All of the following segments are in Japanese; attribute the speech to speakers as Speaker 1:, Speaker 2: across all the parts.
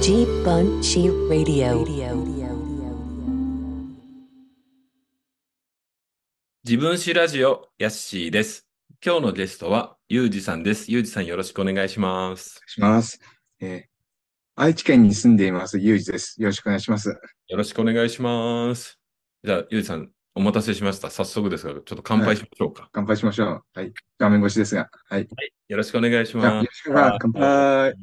Speaker 1: G Bunchy Radio.
Speaker 2: 自分史ラジオ、やっしーです。今日のゲストは、ゆうじさんです。ゆうじさんよろしくお願いします。
Speaker 3: します。えー愛知県に住んでいます、ゆうじです。よろしくお願いします。
Speaker 2: よろしくお願いします。じゃあ、ゆうじさん、お待たせしました。早速ですが、ちょっと乾杯しましょうか。
Speaker 3: 乾杯しましょう。はい。画面越しですが。はい。
Speaker 2: よろしくお願いし
Speaker 3: じゃ
Speaker 2: ま
Speaker 3: あ、よろ
Speaker 2: す。
Speaker 3: しくお願いします乾杯。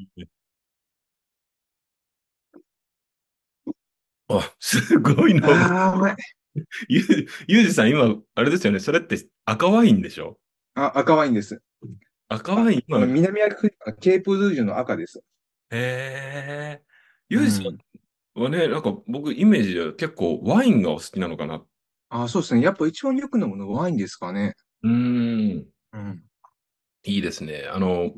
Speaker 2: あ、すごい な。
Speaker 3: あー、うまい。
Speaker 2: ゆうゆうじさん、今、あれですよね。それって赤ワインでしょ
Speaker 3: あ、赤ワインです。
Speaker 2: 赤ワイン、今、へ
Speaker 3: 南アフリカ、ケープルージュの赤です。
Speaker 2: え。ゆうじさ
Speaker 3: うん
Speaker 2: はね、なんか僕、イメージでは結構ワインがお好きなのかな。
Speaker 3: あー、そうですね。やっぱ一番よく飲むのはワインですかね。
Speaker 2: うーん。
Speaker 3: うん。
Speaker 2: いいですね。あの、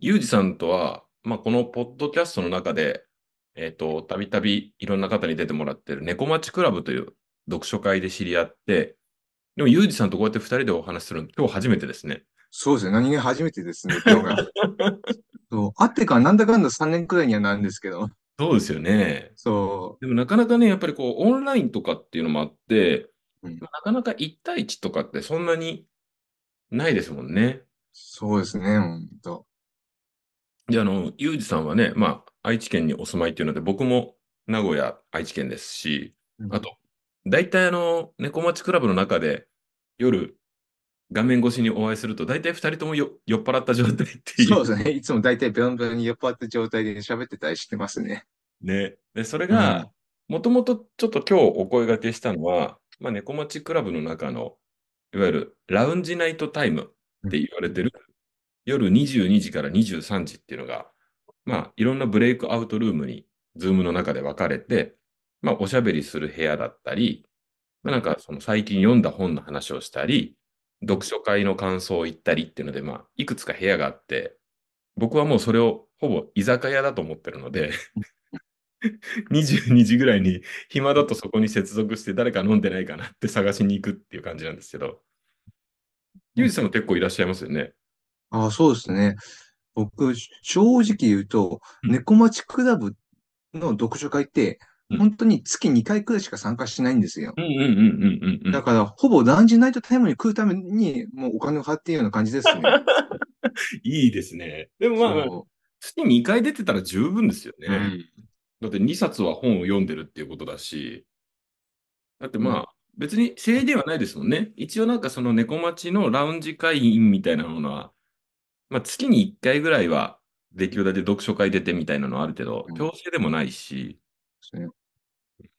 Speaker 2: ユージさんとは、まあ、このポッドキャストの中で、えっと、たびたびいろんな方に出てもらってる猫町クラブという読書会で知り合って、でもユージさんとこうやって二人でお話しするの、今日初めてですね。
Speaker 3: そうですね。何気に初めてですね、今日 が。そう。あってからなんだかんだ3年くらいにはなるんですけど。
Speaker 2: そうですよね。
Speaker 3: そ
Speaker 2: でもなかなかね、やっぱりこう、オンラインとかっていうのもあって、
Speaker 3: う。うん
Speaker 2: なかなか一対一とかってそんなにないですもんね。
Speaker 3: そうですね、ほん と。
Speaker 2: で、あの、ユージさんはね、まあ、愛知県にお住まいっていうので、僕も名古屋、愛知県ですし、あと、大体あの、猫町クラブの中で、夜、画面越しにお会いすると、大体二人ともよ酔っ払った状態っていう。
Speaker 3: そうですね。いつも大体ベロンベロンに酔っ払った状態で喋ってたりしてますね。
Speaker 2: ね。で、それが、もともとちょっと今日お声掛けしたのは、まあ、猫町クラブの中の、いわゆるラウンジナイトタイムって言われてる、夜22時から23時っていうのが、まあ、いろんなブレイクアウトルームに、ズームの中で分かれて、まあ、おしゃべりする部屋だったり、まあ、なんかその最近読んだ本の話をしたり、読書会の感想を言ったりっていうので、まあ、いくつか部屋があって、僕はもうそれをほぼ居酒屋だと思ってるので、22時ぐらいに暇だとそこに接続して誰か飲んでないかなって探しに行くっていう感じなんですけど、ユージさんも結構いらっしゃいますよね。
Speaker 3: ああ、そうですね。僕、し正直言うと、
Speaker 2: うん
Speaker 3: 猫町クラブの読書会って
Speaker 2: うん、
Speaker 3: 本当に月2回くらいしか参加しないんですよ。
Speaker 2: うんうんうんうんうんう
Speaker 3: だ
Speaker 2: ん。
Speaker 3: から、ほぼランジナイトタイムに食うために、もうお金を払っているような感じです ね。
Speaker 2: いいですね。でもまあ、まあ、
Speaker 3: そ
Speaker 2: 月2回出てたら十分ですよね。
Speaker 3: ううん
Speaker 2: だって2冊は本を読んでるっていうことだし、だってまあ、別に正ではないですもんね。一応なんかその猫町のラウンジ会員みたいなものは、まあ月に1回ぐらいはできるだけ読書会出てみたいなのはあるけど
Speaker 3: う、ん
Speaker 2: 強制でもないし、
Speaker 3: そうね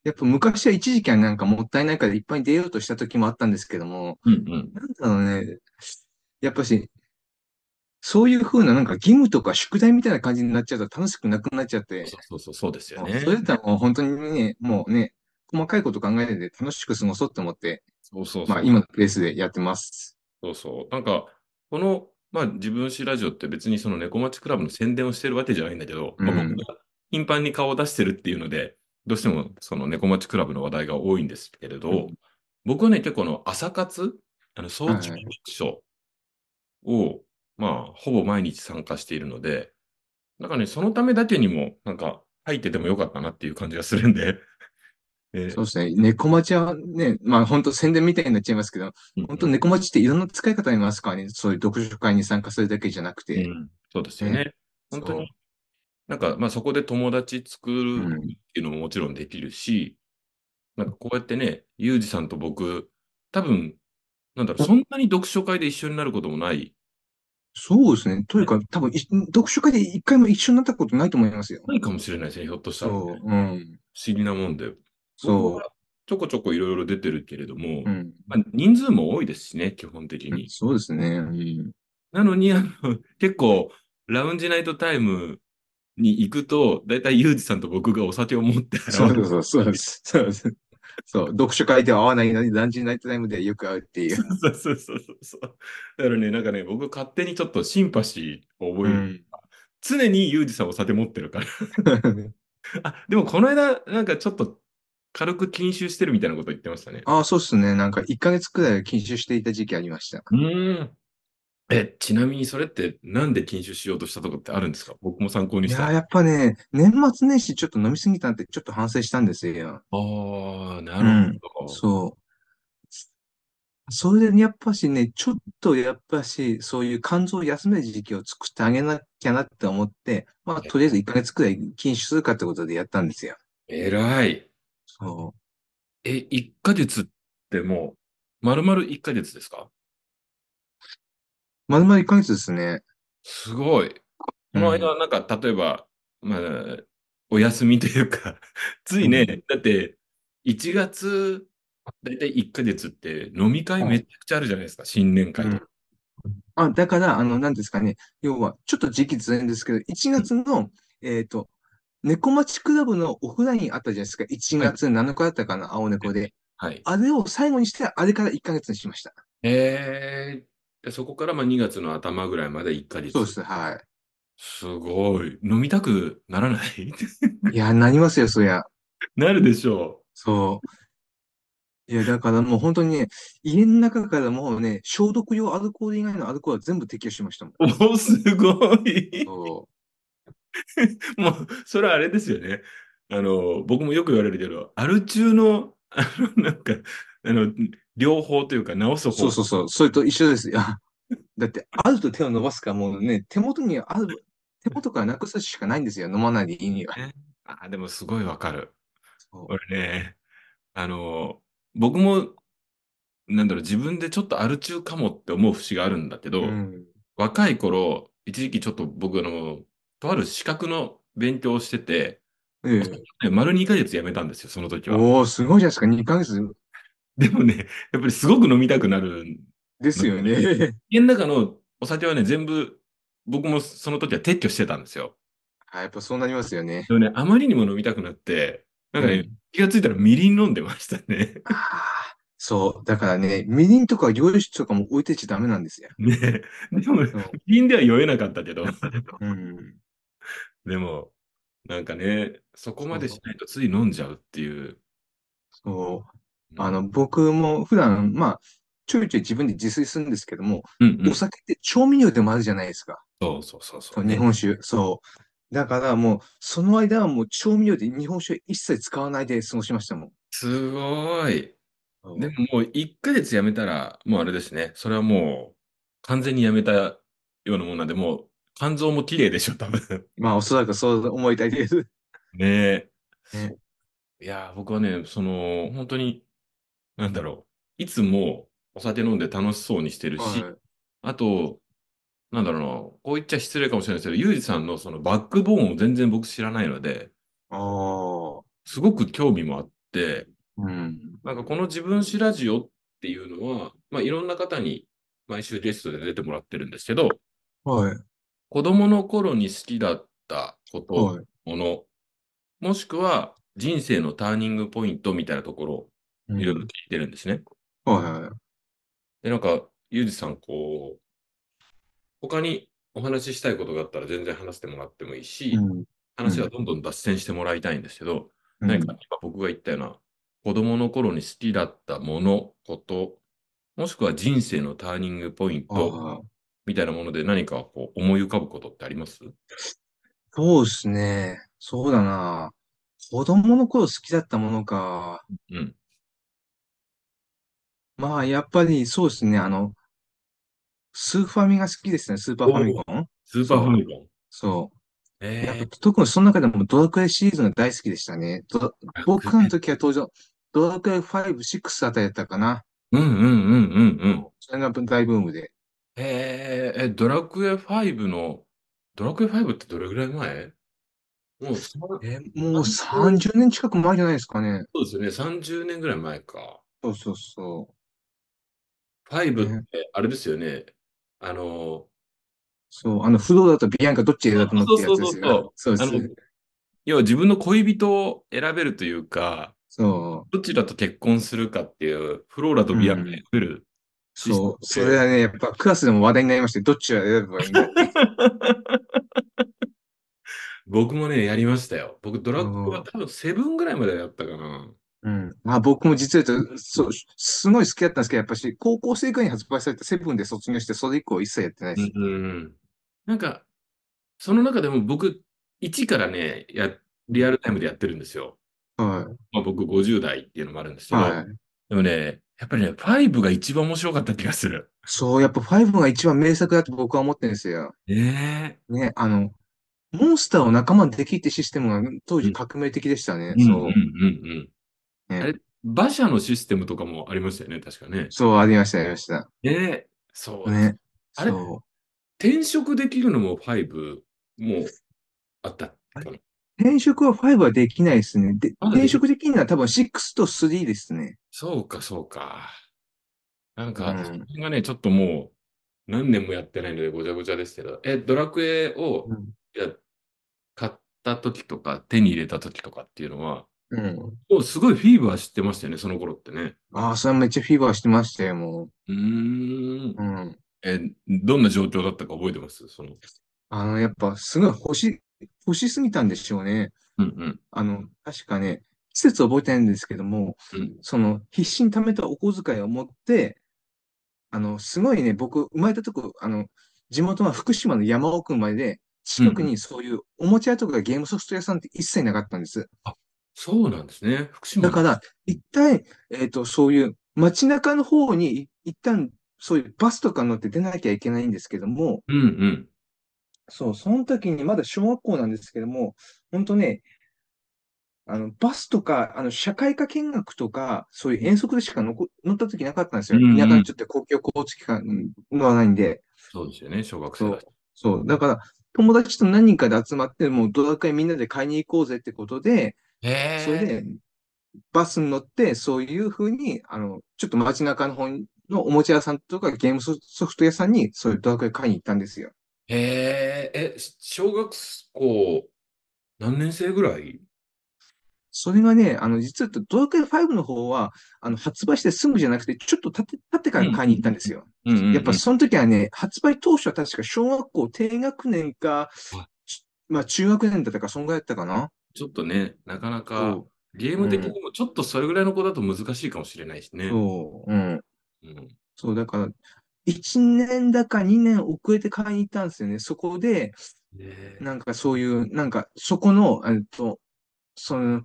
Speaker 3: やっぱ昔は一時期はなんかもったいないからいっぱい出ようとした時もあったんですけども、
Speaker 2: うんうん。
Speaker 3: なんだろうね。やっぱし、そういう風ななんか義務とか宿題みたいな感じになっちゃうと楽しくなくなっちゃって、
Speaker 2: そうそうそう、そうですよ
Speaker 3: もう
Speaker 2: ね
Speaker 3: そ。れだったらもう本当にね、もうね、細かいこと考えないで楽しく過ごそうと思って、
Speaker 2: そうそうそう。
Speaker 3: まあ今のペースでやってます。
Speaker 2: そうそう。なんか、この、まあ自分史ラジオって別にその猫町クラブの宣伝をしてるわけじゃないんだけど、まあ
Speaker 3: うん
Speaker 2: 僕が頻繁に顔を出してるっていうので、どうしてもその猫町クラブの話題が多いんですけれど、
Speaker 3: うん
Speaker 2: 僕はね、結構あの朝活、あの早朝読書を、まあほぼ毎日参加しているので、なんかね、そのためだけにも、なんか入っててもよかったなっていう感じがするんで、えー
Speaker 3: そうですね。猫町はね、まあ本当宣伝みたいになっちゃいますけど、本当猫町っていろんな使い方ありますからね。そういう読書会に参加するだけじゃなく
Speaker 2: う
Speaker 3: て。
Speaker 2: ん、そうですよね。本当
Speaker 3: そう
Speaker 2: に。なんか、まあそこで友達作
Speaker 3: う
Speaker 2: る
Speaker 3: ん
Speaker 2: っていうのももちろんできるし、なんかこうやってね、ユージさんと僕、多分、なんだろう、そんなに読書会で一緒になることもない。
Speaker 3: そうですね。というか、多分い読書会で一回も一緒になったことないと思いますよ。
Speaker 2: ないかもしれないですね、ひょっとしたらね。
Speaker 3: そう
Speaker 2: 不。
Speaker 3: うん。
Speaker 2: 思議なもんで。僕
Speaker 3: そ
Speaker 2: はちょこちょこいろいろ出てるけれども、
Speaker 3: う。うん。
Speaker 2: まあ人数も多いですしね、基本的に。
Speaker 3: そうですね。うん。
Speaker 2: なの に、あの、結構、ラウンジナイトタイムに行くと、だいたいユージさんと僕がお酒を持って現
Speaker 3: そ
Speaker 2: れる
Speaker 3: うそうそうです。そうです。そう。読書会では合わないのに、ランチナイトタイムでよく会うってい う。
Speaker 2: そうそうそうそうそう。だからね、なんかね、僕勝手にちょっとシンパシーを覚える。常にユージさんお酒持ってるから。
Speaker 3: うん。
Speaker 2: あ、でもこの間、なんかちょっと軽く禁酒してるみたいなこと言 ってましたね。
Speaker 3: ああ、そうっすね。なんか、1ヶ月くらいは禁酒していた時期ありました。
Speaker 2: うーん。え、ちなみにそれってなんで禁酒しようとしたとこってあるんですか僕も参考に
Speaker 3: い
Speaker 2: した。
Speaker 3: や
Speaker 2: あ
Speaker 3: ー、やっぱね、年末年始ちょっと飲みすぎたんで、ちょっと反省したんですよ。
Speaker 2: あー、なるほど。
Speaker 3: そう。それで、やっぱしね、ちょっとやっぱし、そういう肝臓を休める時期を作ってあげなきゃなって思って、まあ、とりあえず1ヶ月くらい禁酒するかってことでやったんですよ。
Speaker 2: えらい。
Speaker 3: そ
Speaker 2: え、1ヶ月ってもう、丸々1ヶ月ですか
Speaker 3: う。まるまる1ヶ月ですね。
Speaker 2: すごい。こ
Speaker 3: うん
Speaker 2: の間、なんか、例えば、まあ、お休みというか、 ついね、
Speaker 3: う
Speaker 2: だって、1月、だいたい1ヶ月って、飲み会めちゃくちゃあるじゃないですか、新年会とか。
Speaker 3: あ、だから、あの、なんですかね。要は、ちょっと時期ずれんですけど、1月の、えっと、猫町クラブのオフラインあったじゃないですか。1月7日だったかな、青猫で。
Speaker 2: はい。
Speaker 3: あれを最後にして、あれから1ヶ月にしました。
Speaker 2: えー、でそこからまあ2月の頭ぐらいまで1ヶ月。
Speaker 3: そうです、は
Speaker 2: すごい。飲みたくならない
Speaker 3: い。いや、なりますよ、そりゃ。
Speaker 2: なるでしょ
Speaker 3: そう。いや、だからもう本当にね、家の中からもうね、消毒用アルコール以外のアルコールは全部適用しましたもん。
Speaker 2: う。おお、すごい。
Speaker 3: そ
Speaker 2: もう、それはあれですよね。あの、僕もよく言われるけど、アル中の、あの、なんか、あの、療法というか、治す
Speaker 3: うそう
Speaker 2: 方。
Speaker 3: そうそう、それと一緒ですよ。だって、あると手を伸ばすか、もうね、手元にある、手元からなくすしかないんですよ、飲まないでいいには。
Speaker 2: あ、でもすごいわかる。
Speaker 3: そう
Speaker 2: 俺ね、あの、僕も、なんだろう、自分でちょっとアル中かもって思う節があるんだけど、
Speaker 3: うん。
Speaker 2: 若い頃、一時期ちょっと僕、あの、とある資格の勉強をしてて、
Speaker 3: え
Speaker 2: ね丸2ヶ月やめたんですよ、その時
Speaker 3: え。
Speaker 2: は。
Speaker 3: おー、すごいじゃないですか、2ヶ月
Speaker 2: でもね、やっぱりすごく飲みたくなるん
Speaker 3: ですよね。
Speaker 2: 家の中のお酒はね、全部、僕もその時は撤去してたんですよ。
Speaker 3: はい、やっぱそうなりますよね。
Speaker 2: でもね、あまりにも飲みたくなって、なんかね、
Speaker 3: うん
Speaker 2: 気がついたらみりん飲んでました ね。
Speaker 3: あーそう、だからね、みりんとか料理酒とかも置いてっちゃダメなんですよ。
Speaker 2: ねでも、み
Speaker 3: そう
Speaker 2: りんでは酔えなかったけど、
Speaker 3: うん。
Speaker 2: でも、なんかね、そこまでしないとつい飲んじゃうっていう。
Speaker 3: そう。あの、僕も普段、まあ、ちょいちょい自分で自炊するんですけども、
Speaker 2: うんうん
Speaker 3: お酒って調味料でもあるじゃないですか。
Speaker 2: そうそうそうそ、
Speaker 3: そうう日本酒。そう。だからもう、その間はもう調味料で日本酒を一切使わないで過ごしましたもん。
Speaker 2: すごい。
Speaker 3: そう
Speaker 2: でももう1ヶ月やめたら、もうあれですね、それはもう完全にやめたようなもんなんで、もう肝臓も綺麗でしょ、多分。
Speaker 3: まあ、おそらくそう思いたい です。
Speaker 2: ねえ。
Speaker 3: ね
Speaker 2: そういやー、僕はね、その、本当に、なんだろう、いつもお酒飲んで楽しそうにしてるし、
Speaker 3: はい
Speaker 2: あと、なんだろうな、こう言っちゃ失礼かもしれないですけど、ユージさんのそのバックボーンを全然僕知らないので、
Speaker 3: ああ。
Speaker 2: すごく興味もあって、
Speaker 3: うん。
Speaker 2: なんかこの自分史ラジオっていうのは、まあいろんな方に毎週ゲストで出てもらってるんですけど、
Speaker 3: はい。
Speaker 2: 子供の頃に好きだったこと、
Speaker 3: はい。
Speaker 2: もの、もしくは人生のターニングポイントみたいなところを
Speaker 3: うん
Speaker 2: いろいろ聞いてるんですね。
Speaker 3: はいはい。
Speaker 2: で、なんか、ゆうじさん、こう、他にお話ししたいことがあったら全然話してもらってもいいし、
Speaker 3: うん
Speaker 2: 話はどんどん脱線してもらいたいんですけど、
Speaker 3: うん
Speaker 2: 何か今僕が言ったような、子供の頃に好きだったもの、こと、もしくは人生のターニングポイント
Speaker 3: ああ
Speaker 2: みたいなもので何かこう思い浮かぶことってあります
Speaker 3: そうですね。そうだな。子供の頃好きだったものか。
Speaker 2: うん。
Speaker 3: まあ、やっぱりそうですね。あの、スーファミが好きですね。スーパーファミコン。
Speaker 2: スーパーファミコン。
Speaker 3: そ
Speaker 2: え
Speaker 3: う。やっ
Speaker 2: え
Speaker 3: ぱ特にその中でもドラクエシリーズが大好きでしたね。ドラ僕らの時は当時のドラクエ5、6あたりだったかな。
Speaker 2: うんうんうんうんうん。
Speaker 3: それが大ブームで。
Speaker 2: えー、え、ドラクエ5の、ドラクエ5ってどれぐらい前もう、そう
Speaker 3: え、もう30年近く前じゃないですかね。
Speaker 2: ですよね、30年ぐらい前か。
Speaker 3: そうそうそう。
Speaker 2: 5って、あれですよね、あの、
Speaker 3: そう。あの、不動だとビアンカどっち選ぶのってやつですよ。そう
Speaker 2: あ
Speaker 3: で
Speaker 2: の
Speaker 3: す。、
Speaker 2: 要は自分の恋人を選べるというか、
Speaker 3: そう。
Speaker 2: どちらと結婚するかっていう、フローラとビアンが選べる。
Speaker 3: そう。それはね、やっぱクラスでも話題になりまして、どっちを選べばいいんだって。
Speaker 2: 僕もね、やりましたよ。僕、ドラクエは多分7ぐらいまでやったかな。
Speaker 3: うん。あ、僕も実は言うと、そう、すごい好きだったんですけど、やっぱし、高校生ぐらいに発売されたセブンで卒業して、それ以降一切やってないです。
Speaker 2: うん。なんか、その中でも僕、1からね、や、リアルタイムでやってるんですよ。
Speaker 3: は
Speaker 2: まあ、僕50代っていうのもあるんです
Speaker 3: い。
Speaker 2: けど、
Speaker 3: はい。
Speaker 2: でもね、やっぱりね、5が一番面白かった気がする。
Speaker 3: そう、やっぱ5が一番名作だと僕は思ってるんですよ。
Speaker 2: ね
Speaker 3: ね、あの、モンスターを仲間にできるってシステムが当
Speaker 2: う
Speaker 3: 時
Speaker 2: ん
Speaker 3: 革命的でしたね。
Speaker 2: うんうん
Speaker 3: そうう。
Speaker 2: んうん。
Speaker 3: ね
Speaker 2: あれ、馬車のシステムとかもありましたよね、確かね。
Speaker 3: そう、ありました、ありました。
Speaker 2: ねそう。
Speaker 3: ね。
Speaker 2: あれ
Speaker 3: そ
Speaker 2: 転職できるのも5もあったかな。
Speaker 3: う。転職は5はできないですね。で、
Speaker 2: まだでき
Speaker 3: 転職できるのは多分6と3ですね。
Speaker 2: そうか、そうか。なん
Speaker 3: う
Speaker 2: か、
Speaker 3: ん
Speaker 2: その辺がね、ちょっともう何年もやってないのでごちゃごちゃですけど、え、ドラクエを
Speaker 3: うん
Speaker 2: いや買った時とか、手に入れた時とかっていうのは、
Speaker 3: うん。
Speaker 2: もうすごいフィーバーしてましたよね、その頃ってね。
Speaker 3: ああ、それはめっちゃフィーバーしてましたよ、も
Speaker 2: うーん
Speaker 3: う。。うん。
Speaker 2: え、どんな状況だったか覚えてますその。
Speaker 3: あの、やっぱすごい欲し、欲しすぎたんでしょうね。
Speaker 2: うんうん。
Speaker 3: あの、確かね、季節覚えてないんですけども、
Speaker 2: うん
Speaker 3: その、必死に貯めたお小遣いを持って、あの、すごいね、僕、生まれたとこ、あの、地元は福島の山奥までで、近くにそういうおもちゃ屋とかゲームソフト屋さんって一切なかったんです。
Speaker 2: そうなんですね。福島
Speaker 3: だから、一旦、えっと、そういう街中の方に、一旦、そういうバスとか乗って出なきゃいけないんですけども、
Speaker 2: うんうん。
Speaker 3: そう、その時にまだ小学校なんですけども、本当ね、あの、バスとか、あの、社会科見学とか、そういう遠足でしかのこ乗った時なかったんですよ。
Speaker 2: うんうん
Speaker 3: 田舎にちょっと公共交通機関のはないんで。
Speaker 2: そうですよね、小学生だし。
Speaker 3: そう、だから、友達と何人かで集まって、もうドラクエみんなで買いに行こうぜってことで、
Speaker 2: へ
Speaker 3: それで、バスに乗って、そういうふうに、あの、ちょっと街中の方のおもちゃ屋さんとかゲームソソフト屋さんに、そういうドラクエ買いに行ったんですよ。
Speaker 2: え。へえ。え、し小学校何年生ぐらい
Speaker 3: それがね、あの、実は言うとドラクエ5の方は、あの、発売してすぐじゃなくて、ちょっと経って、経ってから買いに行ったんですよ。
Speaker 2: うんうんうん
Speaker 3: やっぱその時はね、発売当初は確か小学校低学年か
Speaker 2: は、
Speaker 3: ちまあ中学年だったか、そんぐらいだったかな。
Speaker 2: ちょっとね、なかなか
Speaker 3: そ
Speaker 2: ゲーム的にもちょっとそれぐらいの子だと難しいかもしれないし
Speaker 3: う、
Speaker 2: ね。
Speaker 3: そう、うん。
Speaker 2: うん
Speaker 3: そう、だから、1年だか2年遅れて買いに行ったんですよね。そこで、
Speaker 2: へえ
Speaker 3: なんかそういう、なんかそこの、えっと、その、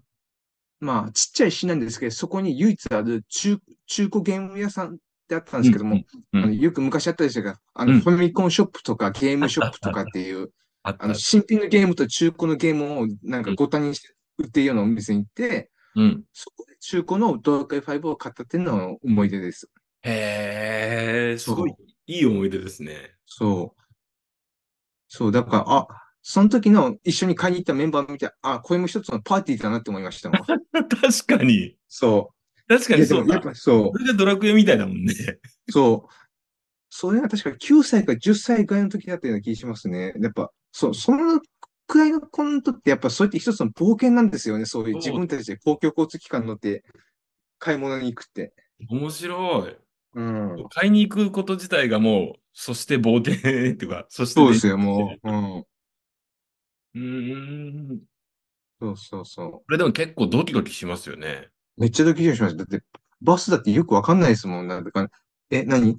Speaker 3: まあちっちゃい市なんですけど、そこに唯一ある中、中古ゲーム屋さんってあったんですけども、
Speaker 2: うん
Speaker 3: あのよく昔あったでしたが、あ
Speaker 2: うん
Speaker 3: の、ファミコンショップとかゲームショップとかっていう、
Speaker 2: あっ
Speaker 3: あ
Speaker 2: た
Speaker 3: の、。新品のゲームと中古のゲームをなん
Speaker 2: う
Speaker 3: か
Speaker 2: ん
Speaker 3: ごたにして売ってるようなお店に行って、
Speaker 2: うん。
Speaker 3: そこで中古のドラクエ5を買ったっていうのは思い出です。
Speaker 2: へえ、すごい
Speaker 3: そ
Speaker 2: いい思い出ですね。
Speaker 3: そう。そう、だから、あ、その時の一緒に買いに行ったメンバーを見て、あ、これも一つのパーティーだなって思いましたもん。
Speaker 2: 確かに。
Speaker 3: そ
Speaker 2: 確か
Speaker 3: う。い
Speaker 2: に
Speaker 3: や、で
Speaker 2: そう
Speaker 3: もや
Speaker 2: だ
Speaker 3: っ。ぱそ
Speaker 2: それがドラクエみたいだもんね。
Speaker 3: う、そう。それが確か9歳か10歳ぐらいの時だったような気しますね。やっぱ、そう、そのくらいの子にとって、やっぱそうやって一つの冒険なんですよね。そういう自分たちで公共交通機関乗って買い物に行くって。
Speaker 2: 面白い。
Speaker 3: うん。
Speaker 2: 買いに行くこと自体がもう、そして冒険っていうか、そして
Speaker 3: そうですよ、もう。うん。
Speaker 2: う。うーん。
Speaker 3: そうそうそ
Speaker 2: これでも結構ドキドキしますよね。
Speaker 3: う。めっちゃドキドキしました。だって、バスだってよくわかんないですもん。なんだか、え、何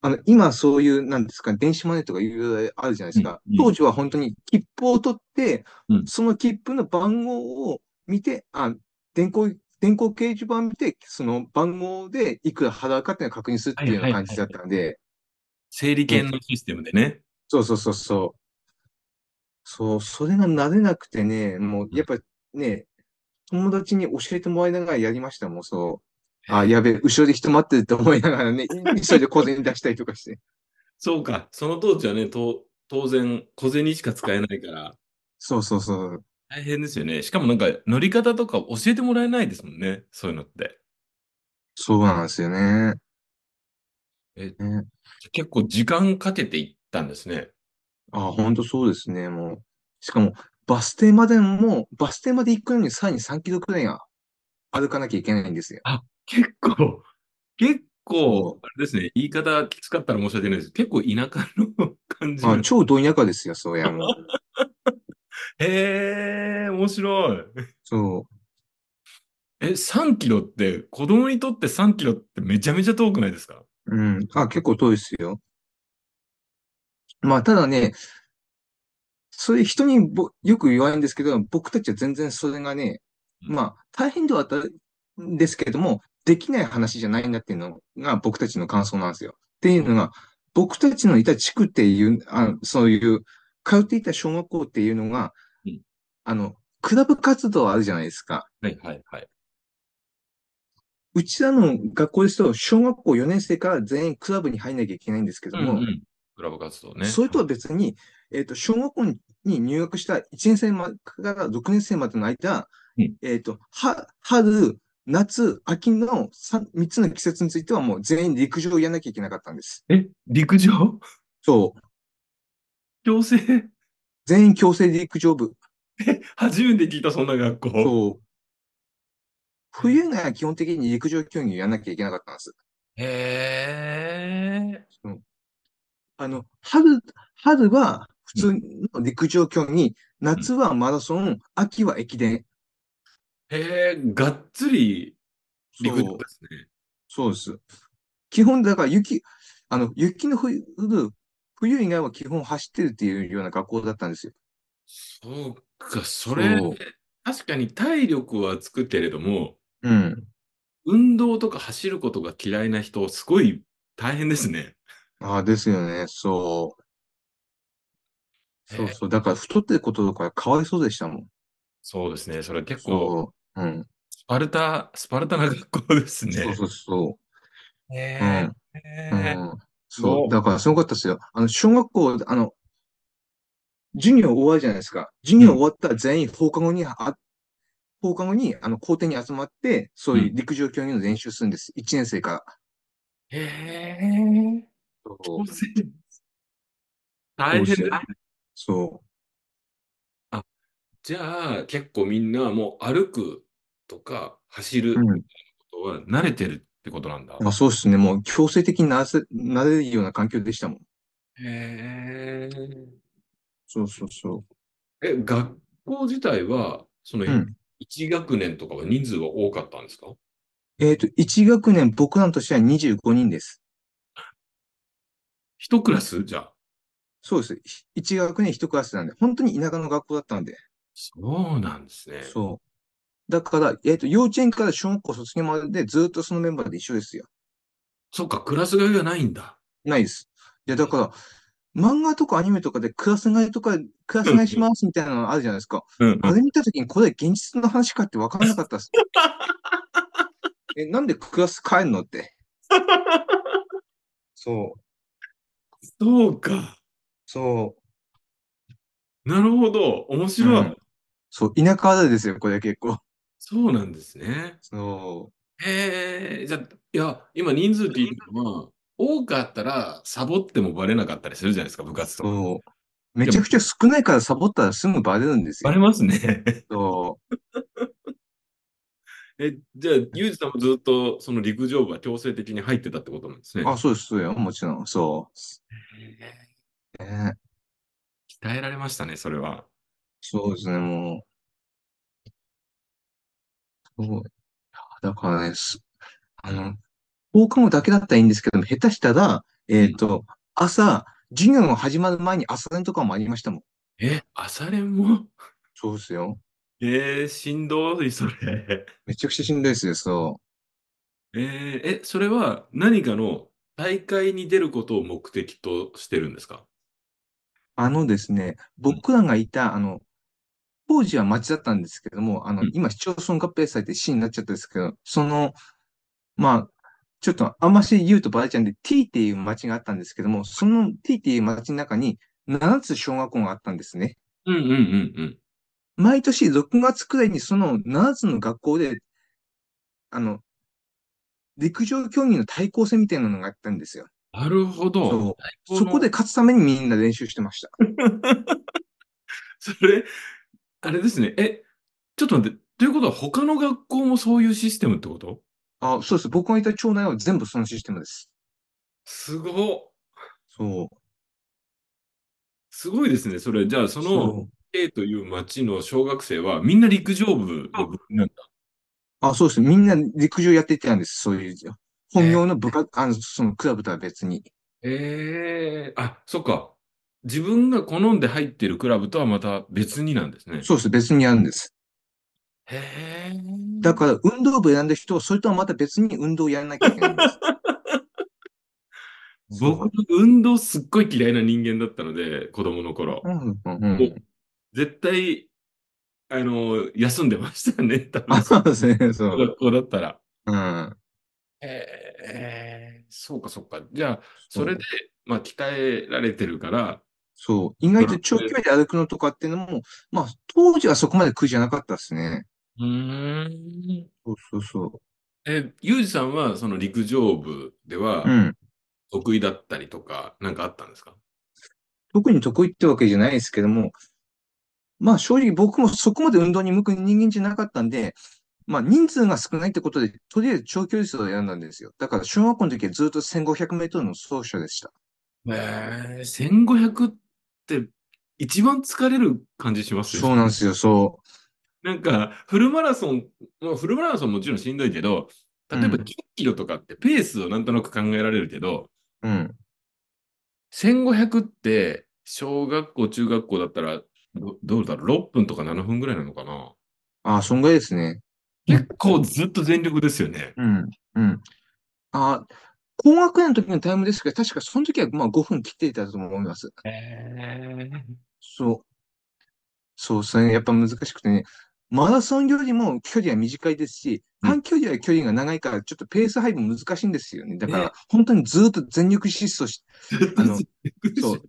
Speaker 3: あの、今そういう、なんですか、電子マネーとかいろいろあるじゃないですか
Speaker 2: うんうん。
Speaker 3: 当時は本当に切符を取って
Speaker 2: うん、
Speaker 3: その切符の番号を見て、あ、電光、電光掲示板見て、その番号でいくら払うかっていうのを確認するっていうような感じだったんで、
Speaker 2: 整理券のシステムでね。
Speaker 3: そうそうそうそう。そう、それが慣れなくてね、もう、やっぱね、友達に教えてもらいながらやりましたもん、そう。あ、やべえ、後ろで人待ってると思いな がらね、急いで小銭出したりとかして。
Speaker 2: そうか。その当時はね、と当然、小銭しか使えないから、
Speaker 3: そうそうそう。
Speaker 2: 大変ですよね。しかもなんか、乗り方とか教えてもらえないですもんね。そういうのって。
Speaker 3: そうなんですよね。
Speaker 2: え
Speaker 3: ね
Speaker 2: 結構時間かけていったんですね。
Speaker 3: あ、ほんとそうですね、もう。しかも、バス停までも、バス停まで行くのにさらに3キロくらいが歩かなきゃいけないんですよ。
Speaker 2: 結構、結構
Speaker 3: そ、
Speaker 2: あれですね。言い方きつかったら申し訳ないです。結構田舎の感じの。
Speaker 3: あ、超ど田舎ですよ、そりゃもう。
Speaker 2: へえ、面白い。
Speaker 3: そう。
Speaker 2: え、3キロって、子供にとって3キロってめちゃめちゃ遠くないですか
Speaker 3: うん。あ、結構遠いですよ。まあ、ただね、それ人にぼよく言われるんですけど、僕たちは全然それがね、
Speaker 2: うん
Speaker 3: まあ、大変ではあったんですけれども、できない話じゃないんだっていうのが僕たちの感想なんですよ。っていうのが、僕たちのいた地区っていう、あそういう、通っていた小学校っていうのが
Speaker 2: うん、
Speaker 3: あの、クラブ活動あるじゃないですか。
Speaker 2: はいはいはい。
Speaker 3: うちらの学校ですと、小学校4年生から全員クラブに入んなきゃいけないんですけども、
Speaker 2: ん。クラブ活動ね。
Speaker 3: それとは別に、えっ、と、小学校に入学した1年生まから6年生までの間、
Speaker 2: うん
Speaker 3: えっ、と、は、春、夏、秋の 3, 三つの季節についてはもう全員陸上をやらなきゃいけなかったんです。
Speaker 2: え、陸上
Speaker 3: そう。
Speaker 2: 強制
Speaker 3: 全員強制陸上部。
Speaker 2: 初めて聞いた、そんな学校。
Speaker 3: そう。冬が基本的に陸上競技をやらなきゃいけなかったんです。
Speaker 2: へえ。
Speaker 3: あの、春、春は普通の陸上競技、夏はマラソン、秋は駅伝。
Speaker 2: へえ、がっつり陸
Speaker 3: そ
Speaker 2: 上
Speaker 3: う
Speaker 2: ですね。
Speaker 3: そうです。基本、だから雪、あの、雪の降る、冬以外は基本走ってるっていうような学校だったんですよ。
Speaker 2: そうか、それ
Speaker 3: そう、
Speaker 2: 確かに体力はつくけれども、
Speaker 3: うん。
Speaker 2: 運動とか走ることが嫌いな人、すごい大変ですね。
Speaker 3: ああ、ですよね。そう。そうそう。だから太ってることとかかわいそうでしたもん。
Speaker 2: そうですね。それ結構、
Speaker 3: そう。うん。
Speaker 2: スパルタ、スパルタな学校ですね。
Speaker 3: そうそうそ
Speaker 2: へ
Speaker 3: う。う
Speaker 2: え。
Speaker 3: ん。
Speaker 2: そ
Speaker 3: そうう。だからすごかったですよ。あの、小学校、あの、授業終わるじゃないですか。授業終わったら全員放課後に、あ、放課後に、あの、校庭に集まって、そういう陸上競技の練習するんです。1年生から。
Speaker 2: へえ。
Speaker 3: そう
Speaker 2: 大変ですね。
Speaker 3: そ
Speaker 2: じゃあ、結構みんなもう歩くとか走る
Speaker 3: う。うん。
Speaker 2: ことは慣れてるってことなんだ。
Speaker 3: まあ、そうですね。もう強制的にならせ、なれるような環境でしたもん。
Speaker 2: へえ。
Speaker 3: そうそうそ
Speaker 2: え、学校自体は、その
Speaker 3: うん
Speaker 2: 1学年とかは人数は多かったんですか
Speaker 3: う。えっと、1学年、僕らの年は25人です。
Speaker 2: 一クラスじゃあ。
Speaker 3: そうです。1学年1クラスなんで、本当に田舎の学校だったんで。
Speaker 2: そうなんですね。
Speaker 3: そう。だから、えっと、幼稚園から小学校卒業まででずっとそのメンバーで一緒ですよ。
Speaker 2: そっか、クラス替えがないんだ。
Speaker 3: ないです。いや、だから、漫画とかアニメとかでクラス替えとか、クラス替えしますみたいなのあるじゃないですか。
Speaker 2: うん
Speaker 3: あれ見たときに、これ現実の話かって分かんなかったっ す。え、なんでクラス変えんの って。そう、
Speaker 2: そうか。
Speaker 3: そう。
Speaker 2: なるほど。面白い。
Speaker 3: うんそう、田舎あるですよ、これ結構。
Speaker 2: そうなんですね。
Speaker 3: そ
Speaker 2: へえ、じゃあ、いや、今人数って言ったのは、多かったらサボってもバレなかったりするじゃないですか、部活と
Speaker 3: う、
Speaker 2: か。
Speaker 3: そう。めちゃくちゃ少ないからサボったらすぐバレるん です
Speaker 2: バ
Speaker 3: よ。
Speaker 2: レますね。
Speaker 3: そ
Speaker 2: え、じゃあ、ユージさんもずっとその陸上部は強制的に入ってたってことなんですね。
Speaker 3: う。あ、そうです、そうよ、もちろん。そ
Speaker 2: へえ
Speaker 3: う。ね
Speaker 2: 鍛えられましたね、それは。
Speaker 3: そうですね、もう。そう。だからね、すあの、放課後だけだったらいいんですけども、下手したら、えっと、朝、授業が始まる前に朝練とかもありましたもん。
Speaker 2: え、朝練も
Speaker 3: そうですよ。
Speaker 2: えー、しんどい、それ。
Speaker 3: めちゃくちゃしんどいですよ、そ
Speaker 2: えー、え、それは何かの大会に出ることを目的としてるんですか
Speaker 3: う。あのですね、僕らがいた、あの、当時は町だったんですけども、あの
Speaker 2: うん、
Speaker 3: 今市町村合併されて市になっちゃったんですけど、その、まあ、ちょっとあんまし言うとバレちゃうんで、T っていう町があったんですけども、その T っていう町の中に7つ小学校があったんですね。
Speaker 2: うんうんうん
Speaker 3: 毎年6月くらいにその7つの学校で、あの、陸上競技の対抗戦みたいなのがあったんですよ。
Speaker 2: うん。なるほど。
Speaker 3: そう
Speaker 2: 最高
Speaker 3: そ
Speaker 2: の
Speaker 3: こで。勝つためにみんな練習してました。
Speaker 2: それ、あれですね。え、ちょっと待って。ということは他の学校もそういうシステムってこと
Speaker 3: あ、そうです。僕がいた町内は全部そのシステムです。
Speaker 2: すごっ。
Speaker 3: そう。
Speaker 2: すごいですね。それ、じゃあ、その
Speaker 3: そう
Speaker 2: A という町の小学生はみんな陸上部の部員なんだ。
Speaker 3: あ、そうですね。みんな陸上やってたんです。そういう、本業の部活、あの、そのクラブとは別に。
Speaker 2: ええあ、そっか。自分が好んで入ってるクラブとはまた別になんですね。
Speaker 3: そうです。別にやるんです。
Speaker 2: へえ。
Speaker 3: だから、運動部選んだ人は、それとはまた別に運動をやらなきゃいけないんです。
Speaker 2: 僕、運動すっごい嫌いな人間だったので、子供の頃。
Speaker 3: うんうんうんうん。
Speaker 2: 絶対、あの、休んでましたね、 多分
Speaker 3: あ、。そうですね。そう。
Speaker 2: 学校だったら。
Speaker 3: うん。
Speaker 2: ええそうか、そうか。じゃあ、それで、まあ、鍛えられてるから、
Speaker 3: そう。意外と長距離で歩くのとかっていうのも、まあ、当時はそこまで苦じゃなかったですね。
Speaker 2: うーん。
Speaker 3: そうそうそ
Speaker 2: え、ユージさんは、その陸上部では
Speaker 3: う。う、ん。
Speaker 2: 得意だったりとか、なんかあったんですか
Speaker 3: 特に得意ってわけじゃないですけども、まあ正直僕もそこまで運動に向く人間じゃなかったんで、まあ人数が少ないってことで、とりあえず長距離走を選んだんですよ。だから小学校の時はずっと1500メートルの走者でした。
Speaker 2: ええ1500って一番疲れる感じしますよね
Speaker 3: そうなんですよ、そ
Speaker 2: なんか、フルマラソン、まあフルマラソンもちろんしんどいけど、例えば
Speaker 3: うん
Speaker 2: 10キロとかってペースをなんとなく考えられるけど、
Speaker 3: う。うん。
Speaker 2: 1500って小学校、中学校だったら、どどうだろう、6分とか7分ぐらいなのかな。
Speaker 3: ああ、そんぐらいですね。
Speaker 2: 結構ずっと全力ですよね。
Speaker 3: うん。うん。ああ、高学年の時のタイムですけど、確かその時はまあ5分切っていたと思います。そう。そう、それやっぱ難しくてね。マラソンよりも距離は短いですし、
Speaker 2: うん
Speaker 3: 短距離は距離が長いから、ちょっとペース配分難しいんですよね。だか
Speaker 2: ね
Speaker 3: ら、本当にずっと全力疾 走し、あの、
Speaker 2: そ
Speaker 3: そうう。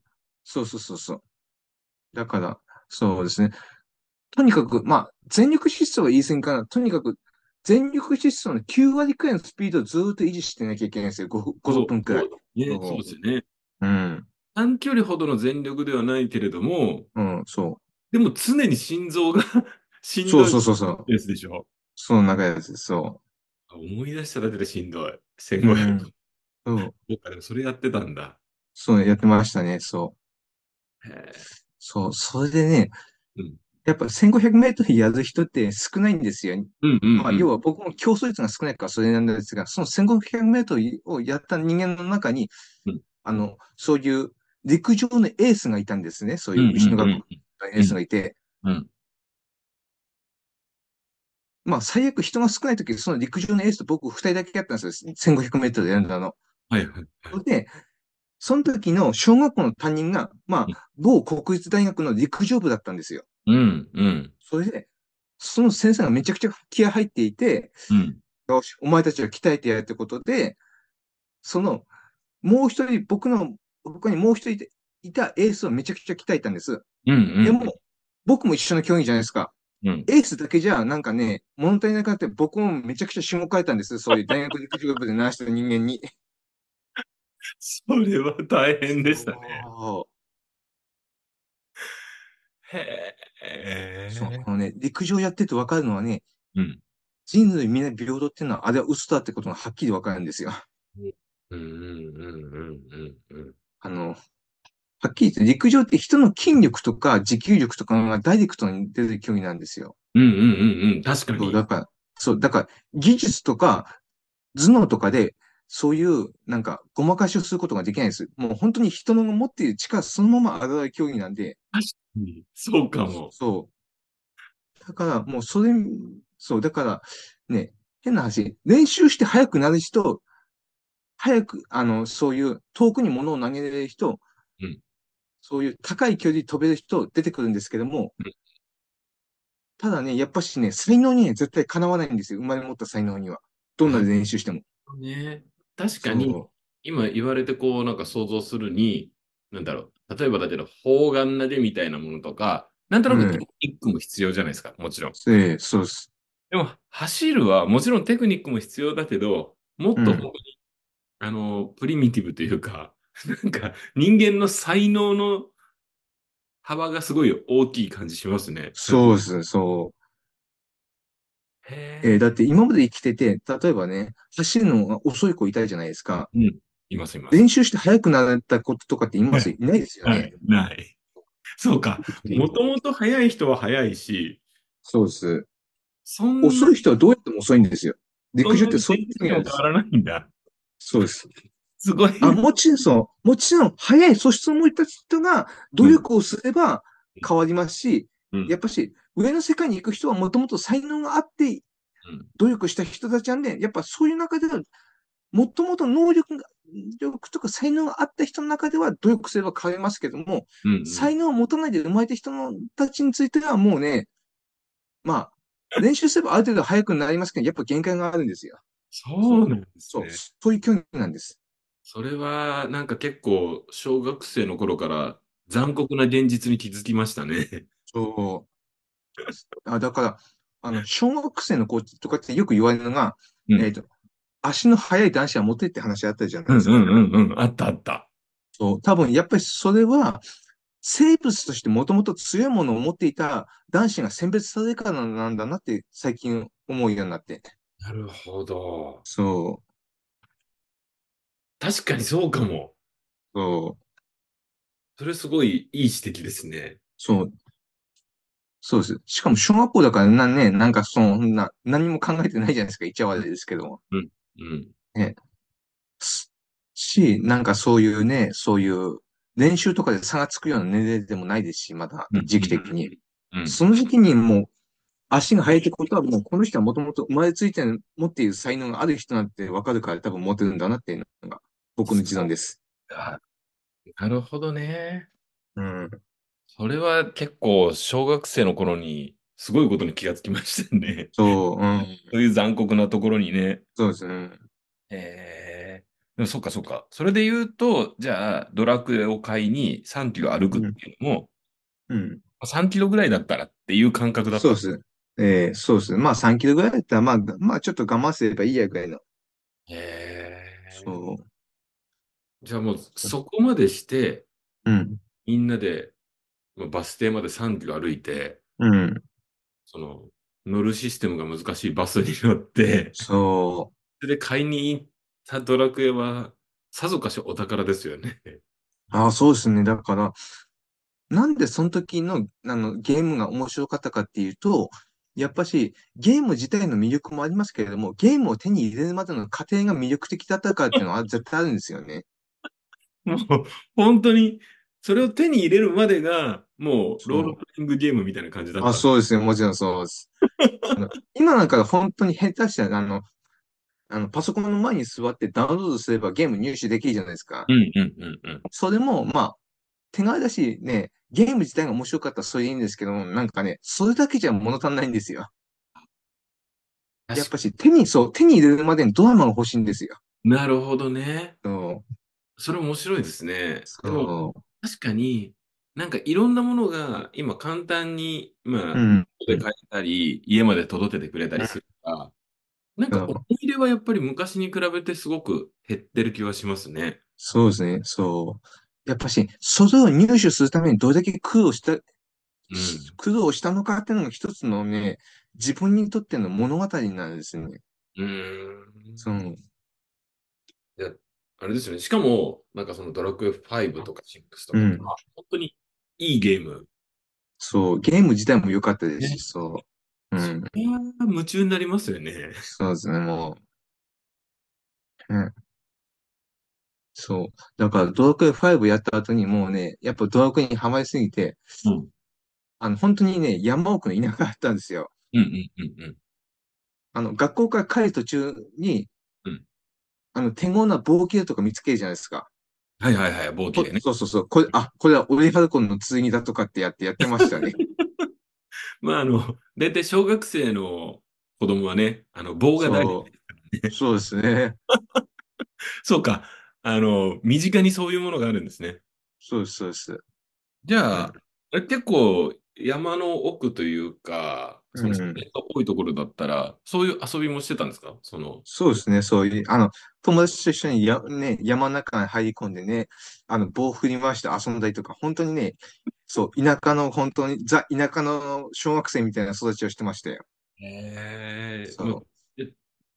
Speaker 3: そうそうそうそう。だから、そうですね。とにかく、まあ、全力疾走は言い過ぎかな。とにかく、全力疾走の9割くらいのスピードをずっと維持してなきゃいけないんですよ。5、5分くらい。
Speaker 2: ね、
Speaker 3: そう
Speaker 2: そうですよね。
Speaker 3: うん。
Speaker 2: 短距離ほどの全力ではないけれども、
Speaker 3: うん、そ
Speaker 2: でも常に心臓が しん
Speaker 3: う。
Speaker 2: どい
Speaker 3: そうそうそうそう。
Speaker 2: ペースでしょ。
Speaker 3: その長いやつ、そ
Speaker 2: 思い出しただけでしんどい。
Speaker 3: う。う
Speaker 2: 1500。
Speaker 3: ん。そう。
Speaker 2: そうか、でもそれやってたんだ。
Speaker 3: そう、やってましたね、そう。
Speaker 2: へえ
Speaker 3: そう、それでね
Speaker 2: うん、
Speaker 3: やっぱ1500メートルやる人って少ないんですよ。
Speaker 2: うんうんうん。
Speaker 3: まあ、要は僕も競争率が少ないからそれなんですが、その1500メートルをやった人間の中に
Speaker 2: うん、
Speaker 3: あの、そういう陸上のエースがいたんですね。そう
Speaker 2: うんうん
Speaker 3: いううん西野学校のエースがいて。
Speaker 2: うん
Speaker 3: まあ、最悪人が少ない時、その陸上のエースと僕2人だけやったんですよ。1500メートルで選んだの。
Speaker 2: はいはいはい。
Speaker 3: で、その時の小学校の担任が、ま
Speaker 2: うん
Speaker 3: あ、某国立大学の陸上部だったんですよ。
Speaker 2: うんうん。
Speaker 3: それで、その先生がめちゃくちゃ気合入っていて、
Speaker 2: うん。
Speaker 3: よし、お前たちは鍛えてやるってことで、その、もう一人、僕の、他にもう一人いていたエースをめちゃくちゃ鍛えたんです。
Speaker 2: うんうん。
Speaker 3: でも、僕も一緒の競技じゃないですか。
Speaker 2: うん、
Speaker 3: エースだけじゃ、なんかね、物足りなくなって、僕もめちゃくちゃ種目変えたんです。そういう大学陸上部で習した人間に。
Speaker 2: それは大変でしたね。
Speaker 3: そう
Speaker 2: へえ。
Speaker 3: そう、あのね、陸上やってて分かるのはね、
Speaker 2: うん
Speaker 3: 人類みんな平等っていうのは、あれは嘘だってことがはっきり分かるんですよ。
Speaker 2: うんうんうんうんうん
Speaker 3: あの、はっきり言って陸上って人の筋力とか持久力とかがダイレクトに出る競技なんですよ。
Speaker 2: うん。うんうんうんうん。確か
Speaker 3: そう、
Speaker 2: に。
Speaker 3: だから、そう、だから技術とか頭脳とかで、そういう、なんか、ごまかしをすることができないんです。もう本当に人の持っている力そのまま現れる競技なんで、
Speaker 2: うんそうかも。
Speaker 3: そう。だから、もうそれ、そう、だから、ね、変な話、練習して速くなる人、早く、あの、そういう遠くに物を投げれる人、
Speaker 2: うん
Speaker 3: そういう高い距離飛べる人出てくるんですけども、
Speaker 2: うん
Speaker 3: ただね、やっぱしね、才能には絶対かなわないんですよ。生まれ持った才能には。どんな練習しても。
Speaker 2: ね。確かに、
Speaker 3: そう
Speaker 2: 今言われてこう、なんか想像するに、なんだろう。例えばだけど、砲丸投げみたいなものとか、なんとな
Speaker 3: う
Speaker 2: く
Speaker 3: ん
Speaker 2: テクニックも必要じゃないですか、もちろん。
Speaker 3: ええそうです。
Speaker 2: でも、走るはもちろんテクニックも必要だけど、もっと
Speaker 3: うん
Speaker 2: 本当に、あの、プリミティブというか、 なんか人間の才能の幅がすごい大きい感じしますね。
Speaker 3: そうです、そう。
Speaker 2: へ
Speaker 3: え
Speaker 2: え
Speaker 3: ーだって今まで生きてて、例えばね、走るのが遅い子いたじゃないですか。
Speaker 2: います、います。
Speaker 3: 練習して速くなったこととかって今までいないですよ
Speaker 2: ない
Speaker 3: ね。、
Speaker 2: ない。そうか。もともと速い人は速いし、
Speaker 3: そうです。
Speaker 2: そんな、
Speaker 3: 遅い人はどうやっても遅いんですよ。陸上って
Speaker 2: そ
Speaker 3: そ
Speaker 2: ん
Speaker 3: う
Speaker 2: な
Speaker 3: いう
Speaker 2: に
Speaker 3: 時なん
Speaker 2: 変
Speaker 3: です。
Speaker 2: わらないんだ。
Speaker 3: そうです。
Speaker 2: すごい。
Speaker 3: あ、もちろん、その、もちろん、早い素質を持った人が努力をすれば変わりますし、
Speaker 2: うん
Speaker 3: やっぱし、上の世界に行く人はもともと才能があって
Speaker 2: うん、
Speaker 3: 努力した人たちなんで、やっぱそういう中では、もともと能力が、能力とか才能があった人の中では努力すれば変わりますけども、
Speaker 2: うんうん
Speaker 3: 才能を持たないで生まれた人のたちについてはもうね、まあ、練習すればある程度早くなりますけど、やっぱ限界があるんですよ。
Speaker 2: そうなんです
Speaker 3: そう
Speaker 2: ね。、
Speaker 3: そういう競技なんです。
Speaker 2: それは、なんか結構、小学生の頃から残酷な現実に気づきましたね。
Speaker 3: そう。あ、だから、あの、小学生の子とかってよく言われるのが、
Speaker 2: うん
Speaker 3: えっと、足の速い男子はモテって話あったじゃな
Speaker 2: う
Speaker 3: い
Speaker 2: んう
Speaker 3: ですか。
Speaker 2: んうんうん。あったあった。
Speaker 3: そう。多分、やっぱりそれは、生物としてもともと強いものを持っていた男子が選別されるからなんだなって最近思うようになって。
Speaker 2: なるほど。
Speaker 3: そ
Speaker 2: 確かにそうかも。
Speaker 3: う。そう。
Speaker 2: それすごいいい指摘ですね。
Speaker 3: そう。そうです。しかも小学校だからなね、なんかそんな、何も考えてないじゃないですか。一応あれですけども。
Speaker 2: うん。
Speaker 3: し、なんかそういうね、そういう練習とかで差がつくような年齢でもないですし、まだ
Speaker 2: うん
Speaker 3: 時期的に。
Speaker 2: うん。
Speaker 3: その時期にもう足が速いってことは、もうこの人はもともと生まれついて持っている才能がある人なんてわかるから多分持てるんだなっていうのが僕の持論です。
Speaker 2: あなるほどね。
Speaker 3: うん。
Speaker 2: それは結構小学生の頃にすごいことに気がつきましたね。
Speaker 3: そう、うん。
Speaker 2: そういう残酷なところにね。
Speaker 3: そうですね。
Speaker 2: えー、でもそっかそっか。それで言うと、じゃあドラクエを買いに3キロ歩くっていうのも、
Speaker 3: うん。
Speaker 2: 3キロぐらいだったらっていう感覚だった。
Speaker 3: そうです。ええそうです。まあ3キロぐらいだったら、まあ、まあちょっと我慢すればいいやぐらいの。
Speaker 2: えー
Speaker 3: そ
Speaker 2: じゃあもうそこまでして、
Speaker 3: う。うん。
Speaker 2: みんなでまあバス停まで3キロ歩いて、
Speaker 3: うん。
Speaker 2: その乗るシステムが難しいバスに乗って、
Speaker 3: そう。
Speaker 2: それで買いに行ったドラクエはさぞかしお宝ですよね。
Speaker 3: ああ、そうですね。だから、なんでその時の、あのゲームが面白かったかっていうと、やっぱしゲーム自体の魅力もありますけれども、ゲームを手に入れるまでの過程が魅力的だったからっていうのは絶対あるんですよね。
Speaker 2: もう本当にそれを手に入れるまでがもうロールプレイングゲームみたいな感じだった。
Speaker 3: あ、そうですね。もちろんそうです。あ の今なんか本当に下手したら、あの、あのパソコンの前に座ってダウンロードすればゲーム入手できるじゃないですか。
Speaker 2: うんうんうんうん。
Speaker 3: それも、まあ、手軽だしね、ゲーム自体が面白かったらそれでいいんですけども、なんかね、それだけじゃ物足んないんですよ。やっぱし、手に、そう、手に入れるまでにドラマが欲しいんですよ。
Speaker 2: なるほどね。
Speaker 3: そ
Speaker 2: それ面白いですね
Speaker 3: う。
Speaker 2: でも
Speaker 3: そ
Speaker 2: 確かになんかいろんなものが今簡単に今
Speaker 3: う。うん。
Speaker 2: で買えたり、家まで届けてくれたりするから、なんか
Speaker 3: うん
Speaker 2: 思い入れはやっぱり昔に比べてすごく減ってる気はしますね。
Speaker 3: そうですね。そう。やっぱし、それを入手するためにどれだけ苦労した、
Speaker 2: うん。
Speaker 3: 苦労したのかっていうのが一つのね、自分にとっての物語なんですね。
Speaker 2: うーん。
Speaker 3: そう。
Speaker 2: あれですよね。しかも、なんかそのドラクエ5とか6とか、
Speaker 3: うん
Speaker 2: まあ本当にいいゲーム。
Speaker 3: そう。ゲーム自体も良かったです
Speaker 2: ね
Speaker 3: し、そう。うん。
Speaker 2: いやー夢中になりますよね。
Speaker 3: そうですね、もう。うん。そう。だから、ドラクエ5やった後にもうね、やっぱドラクエにハマりすぎて、
Speaker 2: うん。
Speaker 3: あの、本当にね、山奥の田舎だったんですよ。
Speaker 2: うんうんうんうん。
Speaker 3: あの、学校から帰る途中に
Speaker 2: うん、
Speaker 3: あの、手ごな棒切れとか見つけるじゃないですか。
Speaker 2: はいはいはい、冒険ね。
Speaker 3: そうそうそう。これ、あ、これはオレファルコンの剣だとかってやってやってまし たね。
Speaker 2: まああの、 大体小学生の子供はね、あの、棒が大事。
Speaker 3: そうそうですね。
Speaker 2: そうか。あの、身近にそういうものがあるんですね。
Speaker 3: そうです、そうです。
Speaker 2: じゃあ、え結構山の奥というか、その
Speaker 3: うん
Speaker 2: 自然が多いところだったら、そういう遊びもしてたんですかその、
Speaker 3: そうですね、そういう、あの、友達と一緒にや、ね、山の中に入り込んでね、あの、棒振り回して遊んだりとか、本当にね、そう、田舎の、本当に、ザ、田舎の小学生みたいな育ちをしてましたよ。
Speaker 2: へー
Speaker 3: そう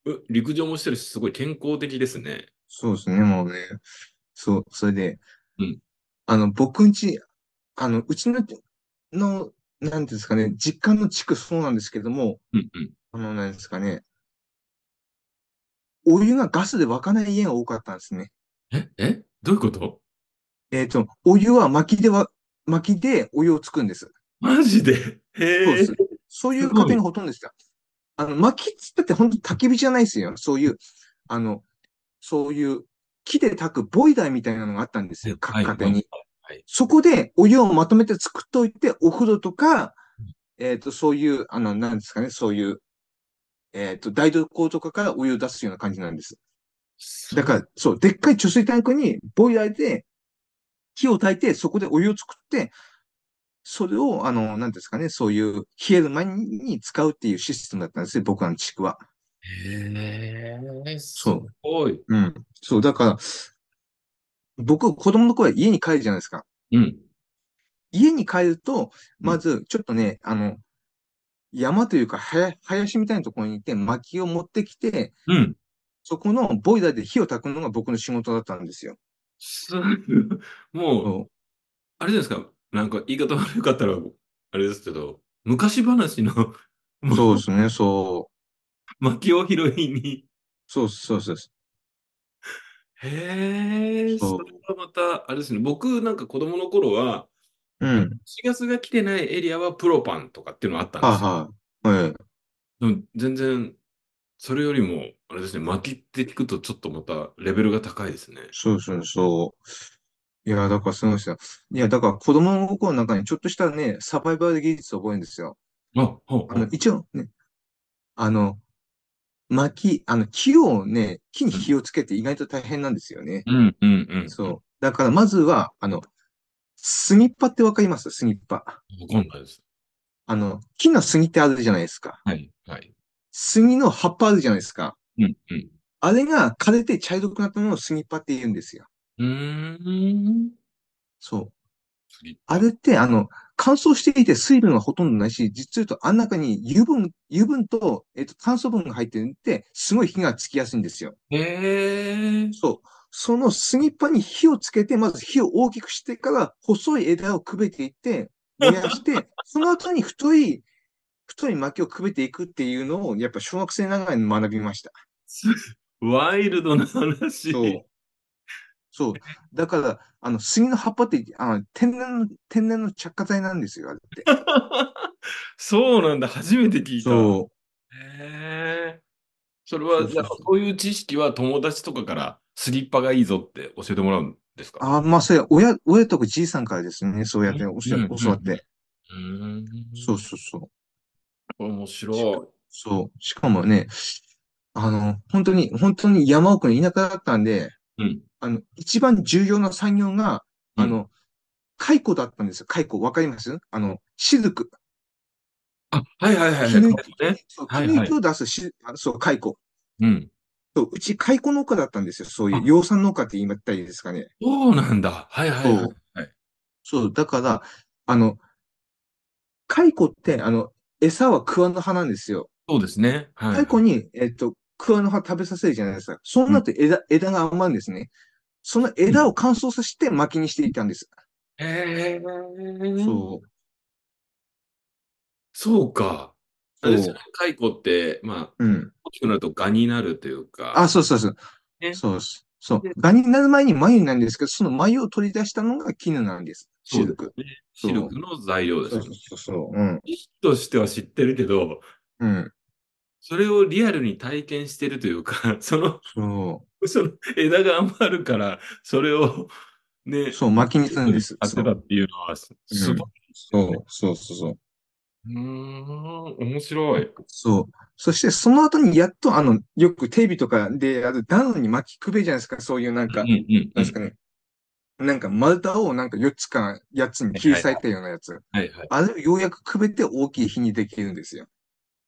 Speaker 2: うう陸上もしてるし、すごい健康的ですね。
Speaker 3: そうですね、もうね。そう、それで、
Speaker 2: うん
Speaker 3: あの、僕んち、あの、うちの、の、なんていうんですかね、実家の地区そうなんですけども、
Speaker 2: うんうん。
Speaker 3: あの、なんですかね。お湯がガスで沸かない家が多かったんですね。
Speaker 2: え、え、どういうこと
Speaker 3: えっと、お湯は薪では、薪でお湯をつくんです。
Speaker 2: マジでへ
Speaker 3: そうで
Speaker 2: え
Speaker 3: す。。そういう
Speaker 2: す
Speaker 3: 家
Speaker 2: ごい
Speaker 3: 庭がほとんどでした。あの、薪っつったって本当焚き火じゃないですよ。そういう、あの、そういう木で焚くボイラーみたいなのがあったんですよ。各
Speaker 2: はい
Speaker 3: 家庭に。。
Speaker 2: はい。
Speaker 3: そこでお湯をまとめて作っといて、お風呂とか、えっと、そういう、あの、なんですかね、そういう、えっと、台所とかからお湯を出すような感じなんです。だから、そう、でっかい貯水タンクにボイラーで火を焚いて、そこでお湯を作って、それを、あの、なんですかね、そういう冷える前に使うっていうシステムだったんですよ、僕らの地区は。
Speaker 2: へえ、す
Speaker 3: そう
Speaker 2: ごい。
Speaker 3: うん。そう、だから、僕、子供の頃は家に帰るじゃないですか。
Speaker 2: うん。
Speaker 3: 家に帰ると、まず、ちょっとね、あの、山というか、はや林みたいなところに行って、薪を持ってきて、
Speaker 2: うん。
Speaker 3: そこのボイラーで火を焚くのが僕の仕事だったんですよ。
Speaker 2: す もう、
Speaker 3: そう
Speaker 2: あれじゃないですか。なんか言い方悪かったら、あれですけど、昔話の、 も
Speaker 3: そうですね、そう。
Speaker 2: 薪を拾いに。
Speaker 3: そうそうそうです。
Speaker 2: へえ、
Speaker 3: そ
Speaker 2: そうれはまた、あれですね。僕なんか子供の頃は、
Speaker 3: うん。
Speaker 2: 4月が来てないエリアはプロパンとかっていうのがあったんですよ。
Speaker 3: はいはい。ええ
Speaker 2: でも全然、それよりも、あれですね、薪って聞くとちょっとまたレベルが高いですね。
Speaker 3: そうそうそう。いや、だからすごいですよ。いや、だから子供の心の中にちょっとしたね、サバイバル技術を覚えるんですよ。
Speaker 2: あ、はあ、は
Speaker 3: あの、
Speaker 2: あ
Speaker 3: 一応ね、あの、薪、あの、木をね、木に火をつけて意外と大変なんですよね。
Speaker 2: うん、うん、うん。
Speaker 3: そう。だからまずは、あの、スニッパってわかりますスニッパ。
Speaker 2: わかんないです。
Speaker 3: あの、木の杉ってあるじゃないですか。
Speaker 2: はい、はい。
Speaker 3: 杉の葉っぱあるじゃないですか。
Speaker 2: うん、うん。
Speaker 3: あれが枯れて茶色くなったものをスニッパって言うんですよ。
Speaker 2: うーん。
Speaker 3: そう。
Speaker 2: 次。
Speaker 3: あれって、あの、乾燥していて水分がほとんどないし、実は言うと、あん中に油分、油分と、えっと、炭素分が入ってるんで、すごい火がつきやすいんですよ。
Speaker 2: へえ。
Speaker 3: そう。そのスニッパに火をつけて、まず火を大きくしてから、細い枝をくべていって、燃やして、 その後に太い、太い薪をくべていくっていうのを、やっぱ小学生ながらに学びました。
Speaker 2: ワイルドな話。
Speaker 3: そう。そう。だから、あの、杉の葉っぱって、あの、天然の、天然の着火剤なんですよ、あれって。
Speaker 2: そうなんだ、初めて聞いた。
Speaker 3: そう。
Speaker 2: へえ。それ
Speaker 3: そ
Speaker 2: は、
Speaker 3: うそう
Speaker 2: じゃあ、そういう知識は友達とかからスリッパがいいぞって教えてもらうんですか
Speaker 3: ああ、まあ、それ、親、親とかじいさんからですね。そうやって教
Speaker 2: うん
Speaker 3: え
Speaker 2: うんうん
Speaker 3: 教わって。
Speaker 2: うーん。
Speaker 3: そうそうそう。
Speaker 2: 面白
Speaker 3: そう。しかもね、あの、本当に、本当に山奥の田舎だったんで、
Speaker 2: い。うん。
Speaker 3: あの、一番重要な産業が、あ
Speaker 2: う
Speaker 3: の、蚕だったんですよ。蚕、わかりますあの、シルク。
Speaker 2: あ、はいはいはいはい。
Speaker 3: 絹
Speaker 2: これね
Speaker 3: そう
Speaker 2: はい
Speaker 3: 絹糸を出すし、あそう、蚕。
Speaker 2: うん。
Speaker 3: そう、うち蚕農家だったんですよ。そういう、養蚕農家って言ったらいいですかね。
Speaker 2: そうなんだ。はいはいはい
Speaker 3: そう。そう、だから、あの、蚕って、あの、餌は桑の葉なんですよ。
Speaker 2: そうですね。はい。
Speaker 3: 太古に、えっと、クワの葉食べさせるじゃないですか。そうなって枝、枝が余るんですね。その枝を乾燥させて薪にしていたんです。
Speaker 2: へえ。
Speaker 3: そう。
Speaker 2: そうか。あれですよね。蚕って、まあ、
Speaker 3: うん。
Speaker 2: 大きくなるとガになるというか。
Speaker 3: あ、そうそうそう。
Speaker 2: ね
Speaker 3: そうです。そう
Speaker 2: で。
Speaker 3: ガになる前に眉になるんですけど、その眉を取り出したのが絹なんです。シルク。
Speaker 2: そうですね。シルクの材料です
Speaker 3: そう
Speaker 2: よ
Speaker 3: そ
Speaker 2: ね。
Speaker 3: うそうそう。うん。
Speaker 2: 知識としては知ってるけど、
Speaker 3: うん。
Speaker 2: それをリアルに体験してるというか、 その、
Speaker 3: そ
Speaker 2: その枝が余るから、それを、ね、
Speaker 3: う。そう、薪にするんです。
Speaker 2: やっ
Speaker 3: そ
Speaker 2: てた
Speaker 3: う。
Speaker 2: っていうのは、すすごい。
Speaker 3: そうそうそうそう。
Speaker 2: うーん、面白い。
Speaker 3: そう。そして、その後にやっと、あの、よくテレビとかである暖炉に薪くべじゃないですか。そういうなん
Speaker 2: う
Speaker 3: か
Speaker 2: ん、うんう
Speaker 3: なん
Speaker 2: ん
Speaker 3: ですかね。なんか丸太をなんか4つか8つに切り裂いたようなやつ。
Speaker 2: はいはい。
Speaker 3: あれをようやくくべて大きい火にできるんですよ。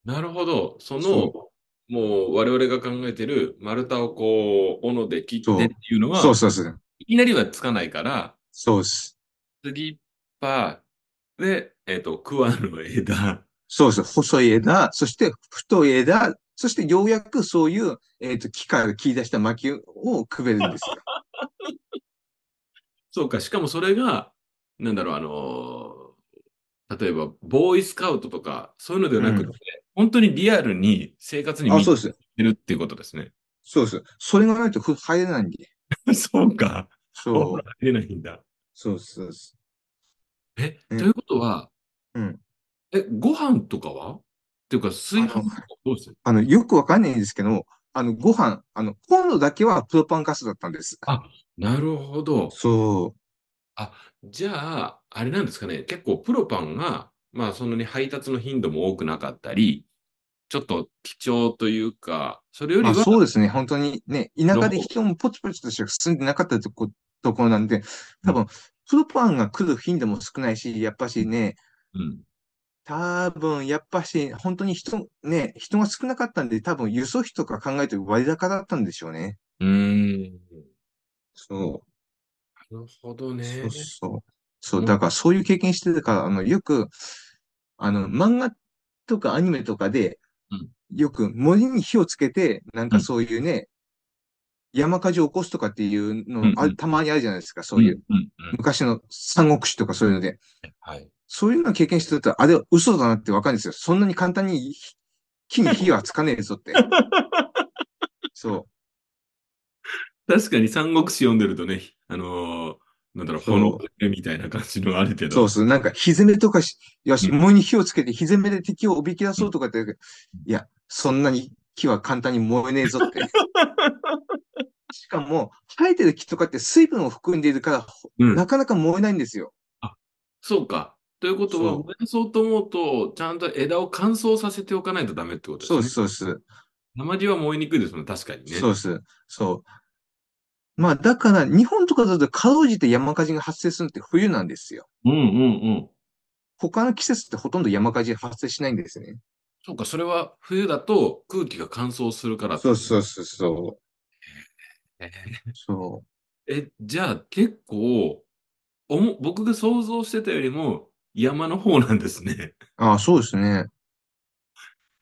Speaker 2: なるほど。その、
Speaker 3: そ
Speaker 2: もう我々が考えてる丸太をこう、斧で切ってっていうのは、
Speaker 3: そうそうそう。
Speaker 2: いきなりはつかないから、
Speaker 3: そうです。
Speaker 2: スリッパで、えっと、桑の枝。
Speaker 3: そうです。細い枝、そして太い枝、そしてようやくそういう、えっ、と、木から切り出した薪をくべるんですよ。
Speaker 2: そうか、しかもそれが、なんだろう、あのー例えば、ボーイスカウトとか、そういうのではなくて、本当にリアルに生活に
Speaker 3: あ、
Speaker 2: 見
Speaker 3: そう
Speaker 2: て
Speaker 3: です。
Speaker 2: るっていうことですね。
Speaker 3: そうです。それがないとふ入れないんで。
Speaker 2: そうか。
Speaker 3: そう。
Speaker 2: 出ないんだ。
Speaker 3: そうですそうです。
Speaker 2: え、と
Speaker 3: うん
Speaker 2: いうことは、
Speaker 3: うん
Speaker 2: え、ご飯とかはっていうか、炊飯
Speaker 3: あの
Speaker 2: とかどうしてる
Speaker 3: あの、よくわかんないんですけど、あの、ご飯、あの、コンロだけはプロパンガスだったんです。
Speaker 2: あなるほど。
Speaker 3: そ
Speaker 2: じゃあ、あれなんですかね、結構プロパンが、まあ、そんなに配達の頻度も多くなかったり、ちょっと貴重というか、それよ
Speaker 3: う。
Speaker 2: り
Speaker 3: まあ、
Speaker 2: は、
Speaker 3: そうですね。本当にね、田舎で
Speaker 2: どう
Speaker 3: 人もポチポチとしか住んでなかったとこ、ところなんで、多分、プロパンが来る頻度も少ないし、やっぱしね、
Speaker 2: うん、
Speaker 3: 多分、やっぱし、本当に人、ね、人が少なかったんで、多分、輸送費とか考えて割高だったんでしょうね。
Speaker 2: うーん、な
Speaker 3: そう。
Speaker 2: るほどね。
Speaker 3: そうそう。そうう、
Speaker 2: ん
Speaker 3: だからそういう経験してるから、あの、よく、あの、漫画とかアニメとかで
Speaker 2: うん、
Speaker 3: よく森に火をつけて、なん
Speaker 2: う
Speaker 3: か
Speaker 2: ん
Speaker 3: そういうね、山火事を起こすとかっていう
Speaker 2: うんう
Speaker 3: の
Speaker 2: ん、
Speaker 3: あるたまにあるじゃないですか、そういう。
Speaker 2: うん、うん、うん
Speaker 3: 昔の三国志とかそういうので。
Speaker 2: はい。
Speaker 3: そういうのを経験してると、あれは嘘だなってわかるんですよ。そんなに簡単に火木に火はつかねえぞ って。そ
Speaker 2: 確かに三国志読んでるとね、あのーなんだろう、
Speaker 3: そう
Speaker 2: 炎みたいな感じのあるけ
Speaker 3: う。そう
Speaker 2: ど、
Speaker 3: そう。なんか火攻めとかし、よし、
Speaker 2: うん
Speaker 3: 森に火をつけて火攻めで敵をおびき出そうとかって言うけど、いや、そんなに木は簡単に燃えねえぞ って。しかも、生えてる木とかって水分を含んでいるから、ほ
Speaker 2: うん
Speaker 3: なかなか燃えないんですよ。
Speaker 2: そうか。ということは、
Speaker 3: そう
Speaker 2: 燃やそうと思うと、ちゃんと枝を乾燥させておかないとダメってことです
Speaker 3: そう
Speaker 2: ね。
Speaker 3: です、そうです。
Speaker 2: 鉛は燃えにくいですもんね、確かにね。
Speaker 3: そうです。そう。まあ、だから、日本とかだと、かろうじて山火事が発生するのって冬なんですよ。
Speaker 2: うんうんうん。
Speaker 3: 他の季節ってほとんど山火事発生しないんですね。
Speaker 2: そうか、それは冬だと空気が乾燥するから。
Speaker 3: そうそうそうそ
Speaker 2: えー
Speaker 3: う。そ
Speaker 2: え、じゃあ結構おも、僕が想像してたよりも山の方なんですね。
Speaker 3: う。ああ、そうですね。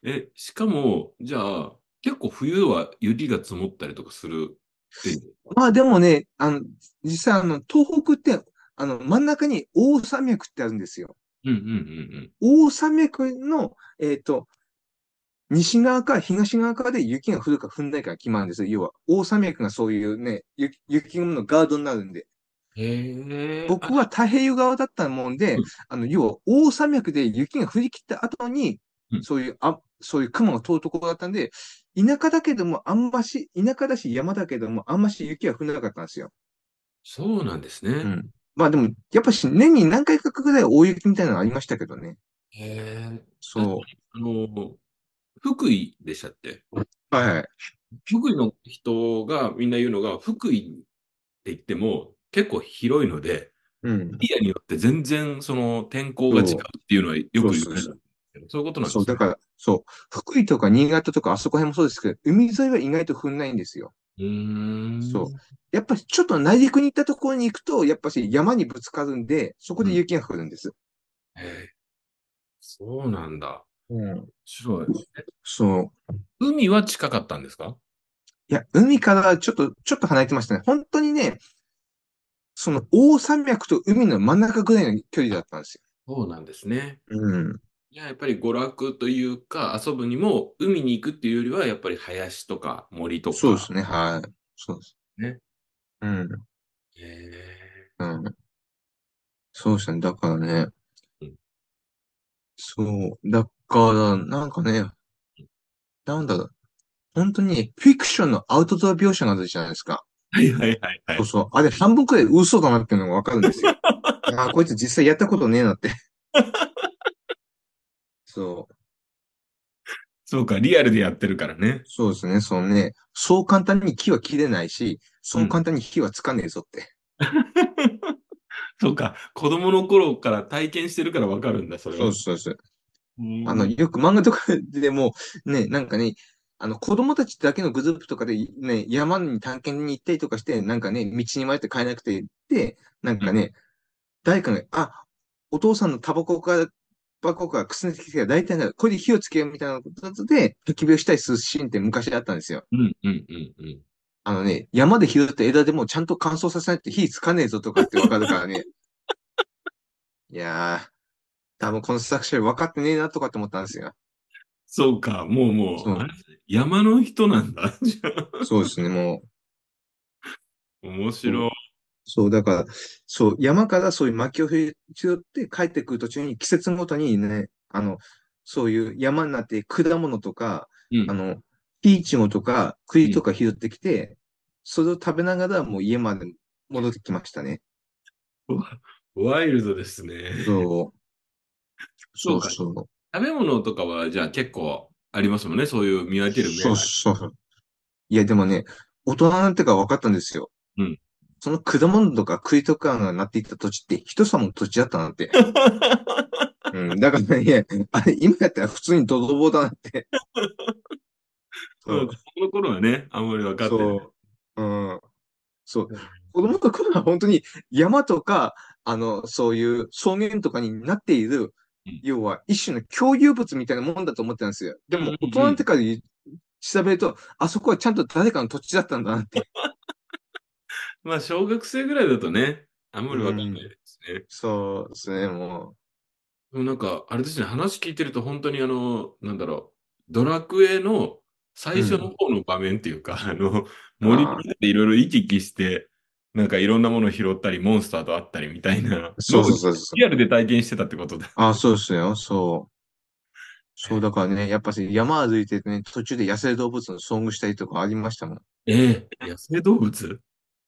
Speaker 2: え、しかも、じゃあ、結構冬は雪が積もったりとかするっていう。
Speaker 3: まあ、でもね、あの、実際、あの、東北って、あの、真ん中に大山脈ってあるんですよ。
Speaker 2: うんうんうん
Speaker 3: 大山脈の、えっ、と、西側か東側かで雪が降るか降んないかが決まるんですよ。要は、大山脈がそういうね、雪雪雲のガードになるんで。
Speaker 2: うん。へえ。
Speaker 3: 僕は太平洋側だったもんで
Speaker 2: うん、
Speaker 3: あの、要は、大山脈で雪が降り切った後に
Speaker 2: う、ん
Speaker 3: そういう、あ、そういう雲が通るところだったんで、田舎だけども、あんまし、田舎だし山だけども、あんまし雪は降らなかったんですよ。
Speaker 2: そうなんです
Speaker 3: う
Speaker 2: ね。
Speaker 3: ん。まあでも、やっぱし、年に何回かぐらい大雪みたいなのありましたけどね。
Speaker 2: へえ。
Speaker 3: そう。
Speaker 2: あの、福井でしたっけ
Speaker 3: はいはい。
Speaker 2: 福井の人がみんな言うのが、福井って言っても結構広いので、
Speaker 3: うん。
Speaker 2: エリアによって全然その天候が違うっていうのはよく言われるんですけどそういうことなんです
Speaker 3: そう、
Speaker 2: ね
Speaker 3: だから、そう、福井とか新潟とかあそこら辺もそうですけど、海沿いは意外と降んないんですよ。
Speaker 2: うーん。
Speaker 3: そうやっぱりちょっと内陸に行ったところに行くと、やっぱし山にぶつかるんで、そこで雪が降るんです。
Speaker 2: へえそうなんだ。面
Speaker 3: うん。
Speaker 2: 白い。
Speaker 3: そう。
Speaker 2: 海は近かったんですか
Speaker 3: いや、海からちょっと、ちょっと離れてましたね。本当にね、その大山脈と海の真ん中ぐらいの距離だったんです
Speaker 2: そうなんですね。
Speaker 3: よ。うん。
Speaker 2: じゃあやっぱり娯楽というか遊ぶにも海に行くっていうよりはやっぱり林とか森とか。
Speaker 3: そうですね、はい。そうです。
Speaker 2: ね。
Speaker 3: うん。
Speaker 2: へえ
Speaker 3: うん。そうですね。だからね
Speaker 2: うん。
Speaker 3: そう。だから、なんかね、なんだろう。本当に、フィクションのアウトドア描写があるじゃないですか。
Speaker 2: はいはいはいはい
Speaker 3: そう。そう。あれ、半分くらい嘘だなっていうのがわかるんです よ。あ、こいつ実際やったことねえなって。そう。
Speaker 2: そうか、リアルでやってるからね。
Speaker 3: そうですね。そのね、そう簡単に木は切れないし、そう簡単に火はつかねえぞって。
Speaker 2: そうか、子供の頃から体験してるからわかるんだ、それ
Speaker 3: そう
Speaker 2: は。
Speaker 3: そうそう。
Speaker 2: うん
Speaker 3: あの、よく漫画とかでも、ね、なんかね、あの、子供たちだけのグループとかで、ね、山に探検に行ったりとかして、なんかね、道に迷って帰えなくて、で、なんかね、誰かが、あ、お父さんのタバコから、タバコからくすねてきてたから、大体が、これで火をつけようみたいなことで、焚き火をしたりするシーンって昔あったんですよ。
Speaker 2: うんうんうんうん。
Speaker 3: あのね、山で拾った枝でもちゃんと乾燥させないと火つかねえぞとかってわかるか らね。いやー、多分この作者分かってねえなとかって思ったんですよ。
Speaker 2: そうか、もうもう、
Speaker 3: そう
Speaker 2: あれ山の人なんだ。 じゃあ
Speaker 3: そうですね、もう。
Speaker 2: 面白い。
Speaker 3: そう、だから、そう、山からそういう薪を拾って帰ってくる途中に季節ごとにね、あの、そういう山になって果物とか、
Speaker 2: うん
Speaker 3: あの、ピーチゴとか栗とか拾ってきて、それを食べながらもう家まで戻ってきましたね。
Speaker 2: ワイルドですね。
Speaker 3: そう。
Speaker 2: そうか
Speaker 3: そうそう。
Speaker 2: 食べ物とかは、じゃあ結構ありますもんね。そういう見分ける目
Speaker 3: そうそうそう。いや、でもね、大人になってから分かったんですよ。
Speaker 2: うん
Speaker 3: その果物とか栗とかがなっていった土地って人様の土地だった なって。うん、だからね、いや、あれ、今やったら普通に泥棒だ なって。
Speaker 2: うんその頃はね、あんまり分かってない。
Speaker 3: そう。うん。そう。子供の頃は本当に山とか、あの、そういう草原とかになっている
Speaker 2: うん、
Speaker 3: 要は一種の共有物みたいなもんだと思ってたんですよ。で
Speaker 2: うんうん
Speaker 3: も、
Speaker 2: うん
Speaker 3: 大人になってから調べると、あそこはちゃんと誰かの土地だったんだなって。
Speaker 2: まあ、小学生ぐらいだとね、あんまり分かんないですね。
Speaker 3: そうですね、も
Speaker 2: でもなんか、あれですね、話聞いてると本当にあの、なんだろう、ドラクエの最初の方の場面っていうか、あの、森の中でいろいろ行き来して、なんかいろんなもの拾ったり、モンスターと会ったりみたいな、
Speaker 3: う。そうそうそうそう。
Speaker 2: リアルで体験してたってことだ。
Speaker 3: あ、そうですよ、そう。そう、だからね、やっぱし山歩いててね、途中で野生動物の遭遇したりとかありましたもん。
Speaker 2: ええ、野生動物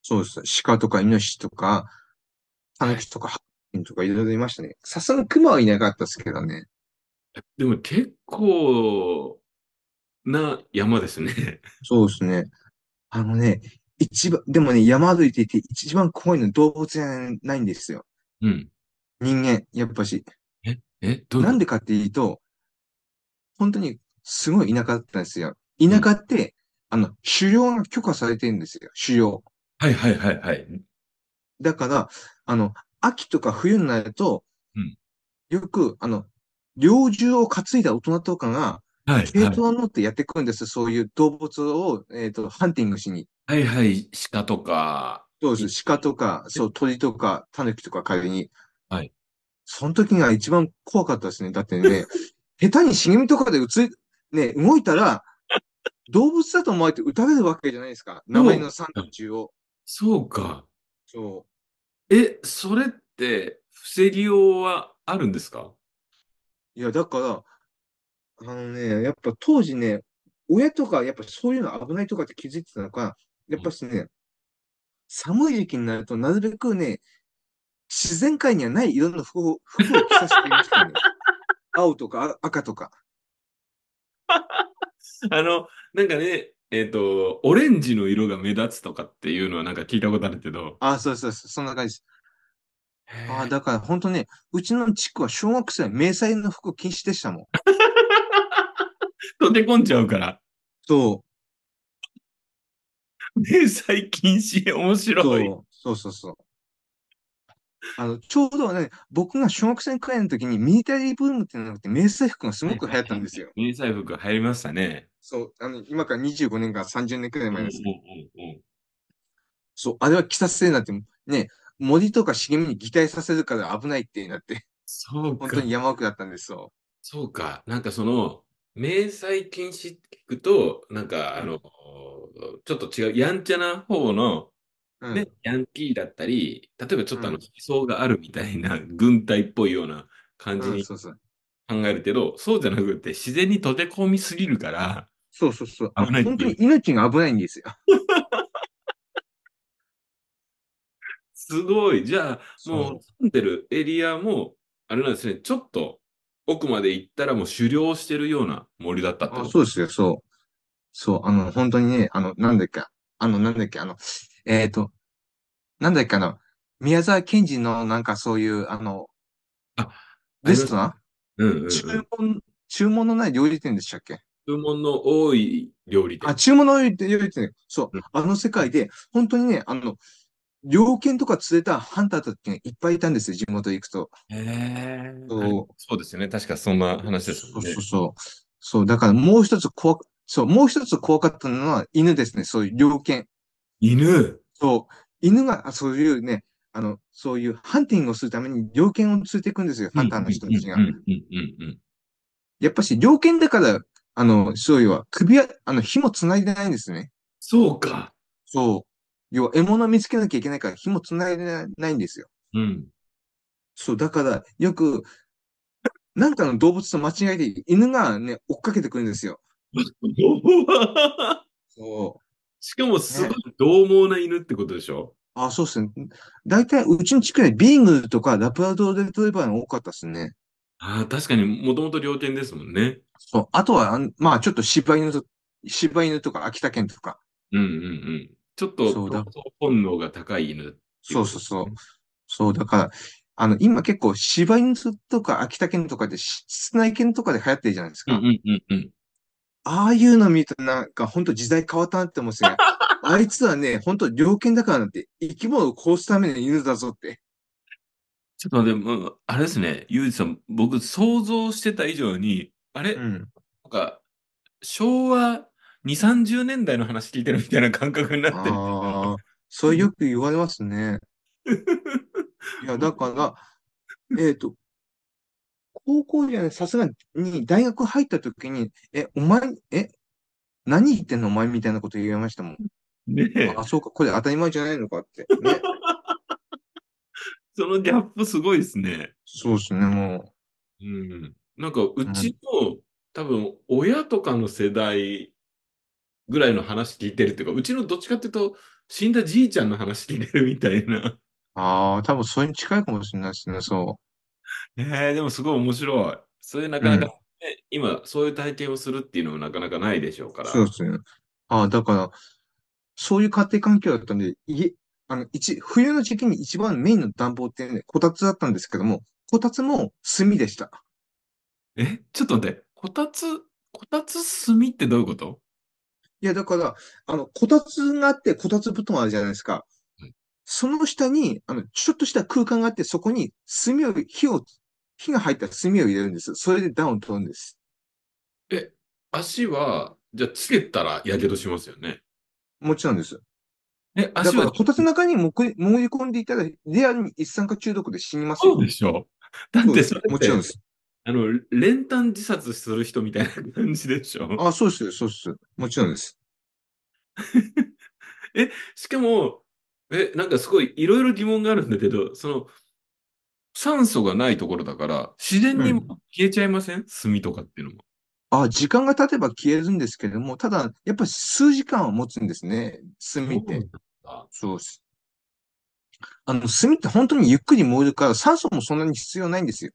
Speaker 3: そうです。鹿とかイノシシとか、タヌキとかハクビンとかいろいろいましたね。さすがにクマはいなかったですけどね。
Speaker 2: でも結構な山ですね。
Speaker 3: そうですね。あのね、一番、でもね、山歩いていて一番怖いのは動物じゃないんですよ。
Speaker 2: うん。
Speaker 3: 人間、やっぱし。
Speaker 2: え、どういうこと
Speaker 3: なんでかっていうと、本当にすごい田舎だったんですよ。田舎って、あの、狩猟が許可されてるんですよ。狩猟。
Speaker 2: はいはいはいはい。
Speaker 3: だから、あの、秋とか冬になると、
Speaker 2: うん
Speaker 3: よく、あの、猟銃を担いだ大人とかが、
Speaker 2: はい
Speaker 3: 軽
Speaker 2: はい。
Speaker 3: トラに乗ってやってくるんです。そういう動物を、えっ、と、ハンティングしに。
Speaker 2: はいはい、鹿とか。
Speaker 3: そうです。鹿とか、そう、鳥とか、タヌキとか仮に。
Speaker 2: はい。
Speaker 3: その時が一番怖かったですね。だってね、 下手に茂みとかでうつ、ね、動いたら、動物だと思われて撃たれるわけじゃないですか。
Speaker 2: そう
Speaker 3: 鉛の散弾銃を。
Speaker 2: そうか。
Speaker 3: そう。
Speaker 2: え、それって防ぎようはあるんですか
Speaker 3: いや、だから、あのね、やっぱ当時ね、親とか、やっぱそういうの危ないとかって気づいてたのか、やっぱしね、寒い時期になると、なるべくね、自然界にはない色の服を、服を着させていま したね。青とかあ赤とか。
Speaker 2: あの、なんかね、えっと、オレンジの色が目立つとかっていうのはなんか聞いたことあるけど。
Speaker 3: あ、そうそうそう、そんな感じです。あ
Speaker 2: へ
Speaker 3: だから本当ね、うちの地区は小学生は迷彩の服禁止でしたもん。
Speaker 2: ー溶け込んじゃうから。
Speaker 3: そ
Speaker 2: 迷彩禁止、面
Speaker 3: う、
Speaker 2: 白い。
Speaker 3: そう、そうそうそう。あの、ちょうどね、僕が小学生くらいの時にミリタリーブームっていうのがあって、迷彩服がすごく流行ったんですよ。
Speaker 2: 迷彩服入りましたね。
Speaker 3: そう、あの、今から25年から30年くらい前です。
Speaker 2: うんうんうん
Speaker 3: そう、あれは着させるなって、ね、森とか茂みに擬態させるから危ないってなって、
Speaker 2: そう
Speaker 3: 本
Speaker 2: か
Speaker 3: 当。に山奥だったんですよ。
Speaker 2: そうか。なんかその、迷彩禁止って聞くと、なんかあの、ちょっと違う、やんちゃな方の、
Speaker 3: うん、
Speaker 2: ね、ヤンキーだったり、例えばちょっとあの、
Speaker 3: うん
Speaker 2: 思想があるみたいな、 軍隊っぽいような感じ
Speaker 3: うん、
Speaker 2: に
Speaker 3: そうそう。
Speaker 2: 考えるけど、そうじゃなくて、自然に溶け込みすぎるから、
Speaker 3: そうそうそう。あ
Speaker 2: 危ないっていう
Speaker 3: 本当に命が危ないんですよ。
Speaker 2: すごい。じゃあ、も
Speaker 3: そう
Speaker 2: 住んでるエリアも、あれなんですね、ちょっと奥まで行ったらもう狩猟してるような森だったって
Speaker 3: あ
Speaker 2: こと。
Speaker 3: そうですよ、そう。そう、あの、本当にね、あの、なんだっけ、あの、なんだっけ、あの、えっ、と、なんだっけ、あの、宮沢賢治のなんかそういう、あの、
Speaker 2: あ
Speaker 3: レストラ
Speaker 2: うんうんう
Speaker 3: ン
Speaker 2: ん。
Speaker 3: 注
Speaker 2: 注
Speaker 3: 文、注文のない料理店でしたっけ
Speaker 2: 文の多い料理で、
Speaker 3: あ、。注文の料理店、そううんあの世界で、本当にね、あの、猟犬とか釣れたハンターたちがいっぱいいたんですよ、地元行くと。
Speaker 2: へー
Speaker 3: そう
Speaker 2: そうですよね。確かそんな話です
Speaker 3: そ
Speaker 2: も
Speaker 3: うん
Speaker 2: ね
Speaker 3: そう。そう。そう、だからもう一つ怖く、そう、もう一つ怖かったのは犬ですね、そういう猟犬。
Speaker 2: 犬。
Speaker 3: そう、犬が、あそういうね、あの、そういうハンティングをするために猟犬を連れていくんですよ、ハンターの人たちが
Speaker 2: うん。うんうんうんうん。
Speaker 3: やっぱし猟犬だからあの、そういうは、首は、あの、紐繋いでないんですね。
Speaker 2: そうか。
Speaker 3: そう。要は、獲物見つけなきゃいけないから、紐繋いでなないんですよ。
Speaker 2: うん。
Speaker 3: そう、だから、よく、なんかの動物と間違えて、犬がね、追っかけてくるんですよ。そう。
Speaker 2: しかも、すごい獰猛な犬ってことでしょ
Speaker 3: あ、そうですね。大体、うちの地区でビーグルとかラプラドーレトリバーの多かったですね。
Speaker 2: ああ、確かにもともと猟犬ですもんね。
Speaker 3: そう。あとは、あんまあ、ちょっと柴犬と、柴犬とか秋田犬とか。
Speaker 2: うんうんうん。ちょっと
Speaker 3: そうだ
Speaker 2: 闘争本能が高い犬。
Speaker 3: そうそうそう。そう、だから、あの、今結構柴犬とか秋田犬とかで、し室内犬とかで流行ってるじゃないです
Speaker 2: うん
Speaker 3: か。
Speaker 2: うんうんうん。
Speaker 3: ああいうの見るとなんか本当時代変わったなって思うんですよ ね。あいつはね、本当猟犬だからなんて、生き物を殺すための犬だぞって。
Speaker 2: ちょっとでも、あれですね、ユージさん、僕想像してた以上に、あれ、
Speaker 3: う
Speaker 2: なん
Speaker 3: ん。
Speaker 2: か、昭和2、30年代の話聞いてるみたいな感覚になってる。
Speaker 3: ああ、それよく言われますね。いや、だから、えっと、高校じゃない、さすがに大学入った時に、え、お前、え、何言ってんのお前みたいなこと言われましたもん。
Speaker 2: ねえ
Speaker 3: あ、そうか、これ当たり前じゃないのかって。ね、
Speaker 2: そのギャップすごいですね。
Speaker 3: そうですね、も
Speaker 2: うん。なんか、うちの、多分、親とかの世代ぐらいの話聞いてるっていうか、うちのどっちかっていうと、死んだじいちゃんの話聞いてるみたいな。
Speaker 3: う。ああ、多分それに近いかもしれないですね、そ
Speaker 2: ええ、でもすごい面白い。そういうなかなか、ね、今、そういう体験をするっていうのもなかなかないでしょうか
Speaker 3: う。
Speaker 2: ら。
Speaker 3: そうですね。ああ、だから、そういう家庭環境だったんで、家、あの、一、冬の時期に一番メインの暖房ってね、こたつだったんですけども、こたつも炭でした。
Speaker 2: え、ちょっと待って、こたつ、こたつ炭ってどういうこと
Speaker 3: いや、だから、あの、こたつがあって、こたつ布団あるじゃないですか
Speaker 2: はい。
Speaker 3: その下に、あの、ちょっとした空間があって、そこに炭を、火を、火が入った炭を入れるんです。それで暖を取るんです。
Speaker 2: 足は、じゃあ、つけたらやけどしますよね。
Speaker 3: もちろんです。
Speaker 2: え、
Speaker 3: だ
Speaker 2: 足
Speaker 3: か
Speaker 2: は
Speaker 3: ら、こたつの中にもく潜り込んでいたら、リアルに一酸化中毒で死にます
Speaker 2: そう
Speaker 3: よ。
Speaker 2: でしょ。だってそれって
Speaker 3: もちろんです。
Speaker 2: あの、練炭自殺する人みたいな感じでしょ。
Speaker 3: あ、そうですよ、そうですよ。もちろんです。
Speaker 2: しかも、え、なんかすごいいろいろ疑問があるんだけど、その、酸素がないところだから、自然に
Speaker 3: うん
Speaker 2: 消えちゃいません、炭とかっていうのも。
Speaker 3: あ、時間が経てば消えるんですけれども、ただ、やっぱり数時間は持つんですね。炭って。
Speaker 2: あ
Speaker 3: そうです。あの、炭って本当にゆっくり燃えるから、酸素もそんなに必要ないんですよ。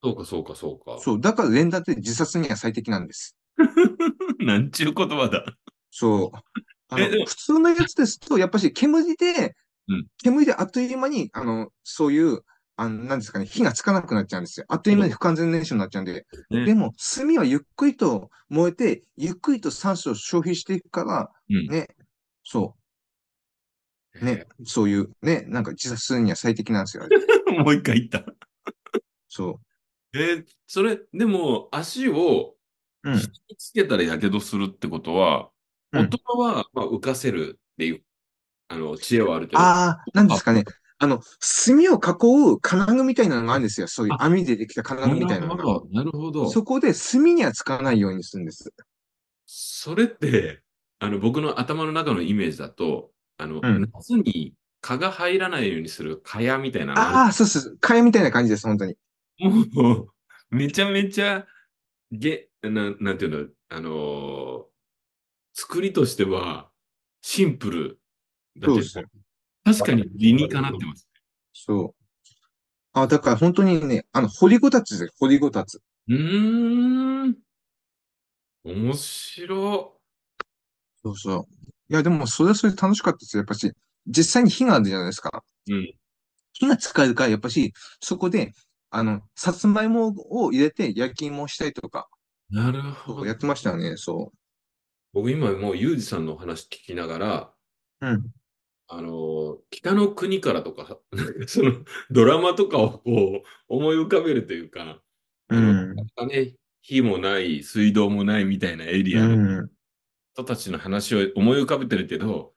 Speaker 2: そうか、そうか、そうか。
Speaker 3: そう。だから連打って自殺には最適なんです。
Speaker 2: なんちゅう言葉だ。
Speaker 3: そう。あ の
Speaker 2: えでも
Speaker 3: 普通のやつですと、やっぱし煙で
Speaker 2: うん、
Speaker 3: 煙であっという間に、あの、そういう、あの、なんですかね、火がつかなくなっちゃうんですよ。あっという間に不完全燃焼になっちゃうんで。
Speaker 2: ね
Speaker 3: でも、炭はゆっくりと燃えて、ゆっくりと酸素を消費していくから、
Speaker 2: うん
Speaker 3: ね、そう、ね、そういう、ね、なんか自殺するには最適なんですよ。あれ
Speaker 2: もう一回言った。
Speaker 3: そ
Speaker 2: えーそれ、でも、足を
Speaker 3: う。うん。
Speaker 2: つけたらやけどするってことは、
Speaker 3: う
Speaker 2: 大
Speaker 3: ん
Speaker 2: 人は、まあ、浮かせるっていう、あの、知恵はあるけど、
Speaker 3: ああ、なんですかね。あの、炭を囲う金具みたいなのがあるんですよ。そういう
Speaker 2: あ
Speaker 3: 網でできた金具みたいな
Speaker 2: なる
Speaker 3: のが。
Speaker 2: ほど、なるほど。
Speaker 3: そこで炭には使わないようにするんです。
Speaker 2: それって、あの、僕の頭の中のイメージだと、あの、
Speaker 3: うん
Speaker 2: 夏に蚊が入らないようにする蚊帳みたいなのある
Speaker 3: ああ、そうそう。替えみたいな感じです、本当に。
Speaker 2: もう、 めちゃめちゃ、げ、な、なんていうの、あのー作りとしては、シンプルだ
Speaker 3: そう
Speaker 2: け
Speaker 3: で
Speaker 2: ど、
Speaker 3: すね
Speaker 2: 確かに理にかなってます。
Speaker 3: そう。あ、だから本当にね、あの、掘りごたつですよ、掘りごたつ。
Speaker 2: うーん。面白。
Speaker 3: そうそう。いや、でも、それはそれで楽しかったですよ。やっぱし、実際に火があるじゃないですか。
Speaker 2: うん。
Speaker 3: 火が使えるから、やっぱし、そこで、あの、さつまいもを入れて焼き芋をしたりとか、
Speaker 2: なるほど
Speaker 3: やっ。てましたよね、そ
Speaker 2: 僕今もうユージさんのお話聞きながら、
Speaker 3: う。うん。
Speaker 2: あのー北の国からとか、なんかそのドラマとかをこう思い浮かべるというか、あの
Speaker 3: うん
Speaker 2: なんかね、火もない、水道もないみたいなエリアの
Speaker 3: うん。
Speaker 2: 人たちの話を思い浮かべてるけど、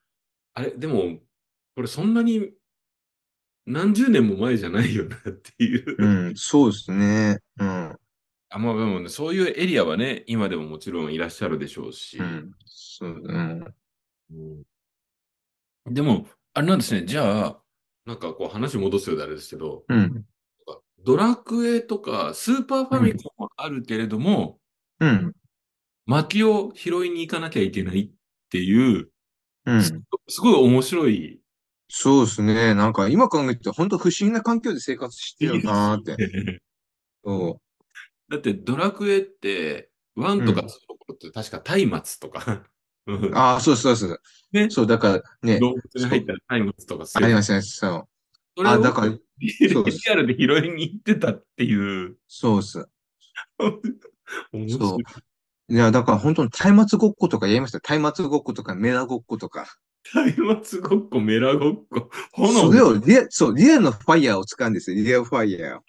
Speaker 2: あれ、でも、これそんなに何十年も前じゃないよなっていう、
Speaker 3: うん、そうですね。うん。
Speaker 2: ああまあでもね、そういうエリアはね、今でももちろんいらっしゃるでしょうし。
Speaker 3: うん。そう、うん。
Speaker 2: うんでも、あれなんですね、じゃあ、なんかこう話戻すようであれですけど、
Speaker 3: うん。
Speaker 2: ドラクエとかスーパーファミコンはあるけれども、
Speaker 3: うん。
Speaker 2: 薪を拾いに行かなきゃいけないっていう、
Speaker 3: うん。
Speaker 2: すごい面白い。
Speaker 3: そうですね。なんか今考えて本当不思議な環境で生活してるよなーって。 そ
Speaker 2: だってドラクエって、ワンとかツーの頃って確か松明とか、 うん
Speaker 3: う。ああ、そうそうそう。
Speaker 2: ね
Speaker 3: そう、だからね、
Speaker 2: 動物に入ったら松明とかす
Speaker 3: ありましたね。そ。
Speaker 2: そうれ
Speaker 3: あ、
Speaker 2: を
Speaker 3: だから、
Speaker 2: リ
Speaker 3: そうです
Speaker 2: リアルで拾いに行ってたっていう。
Speaker 3: そうです。
Speaker 2: 面
Speaker 3: そ
Speaker 2: 白
Speaker 3: う
Speaker 2: い。。
Speaker 3: いや、だから本当に松明ごっことかやりました。松明ごっことか、メラごっことか。
Speaker 2: 松明ごっこ、メラごっこ、
Speaker 3: そ
Speaker 2: 炎
Speaker 3: れをリア、そう、リアのファイヤーを使うんですよ。リアルファイヤーを。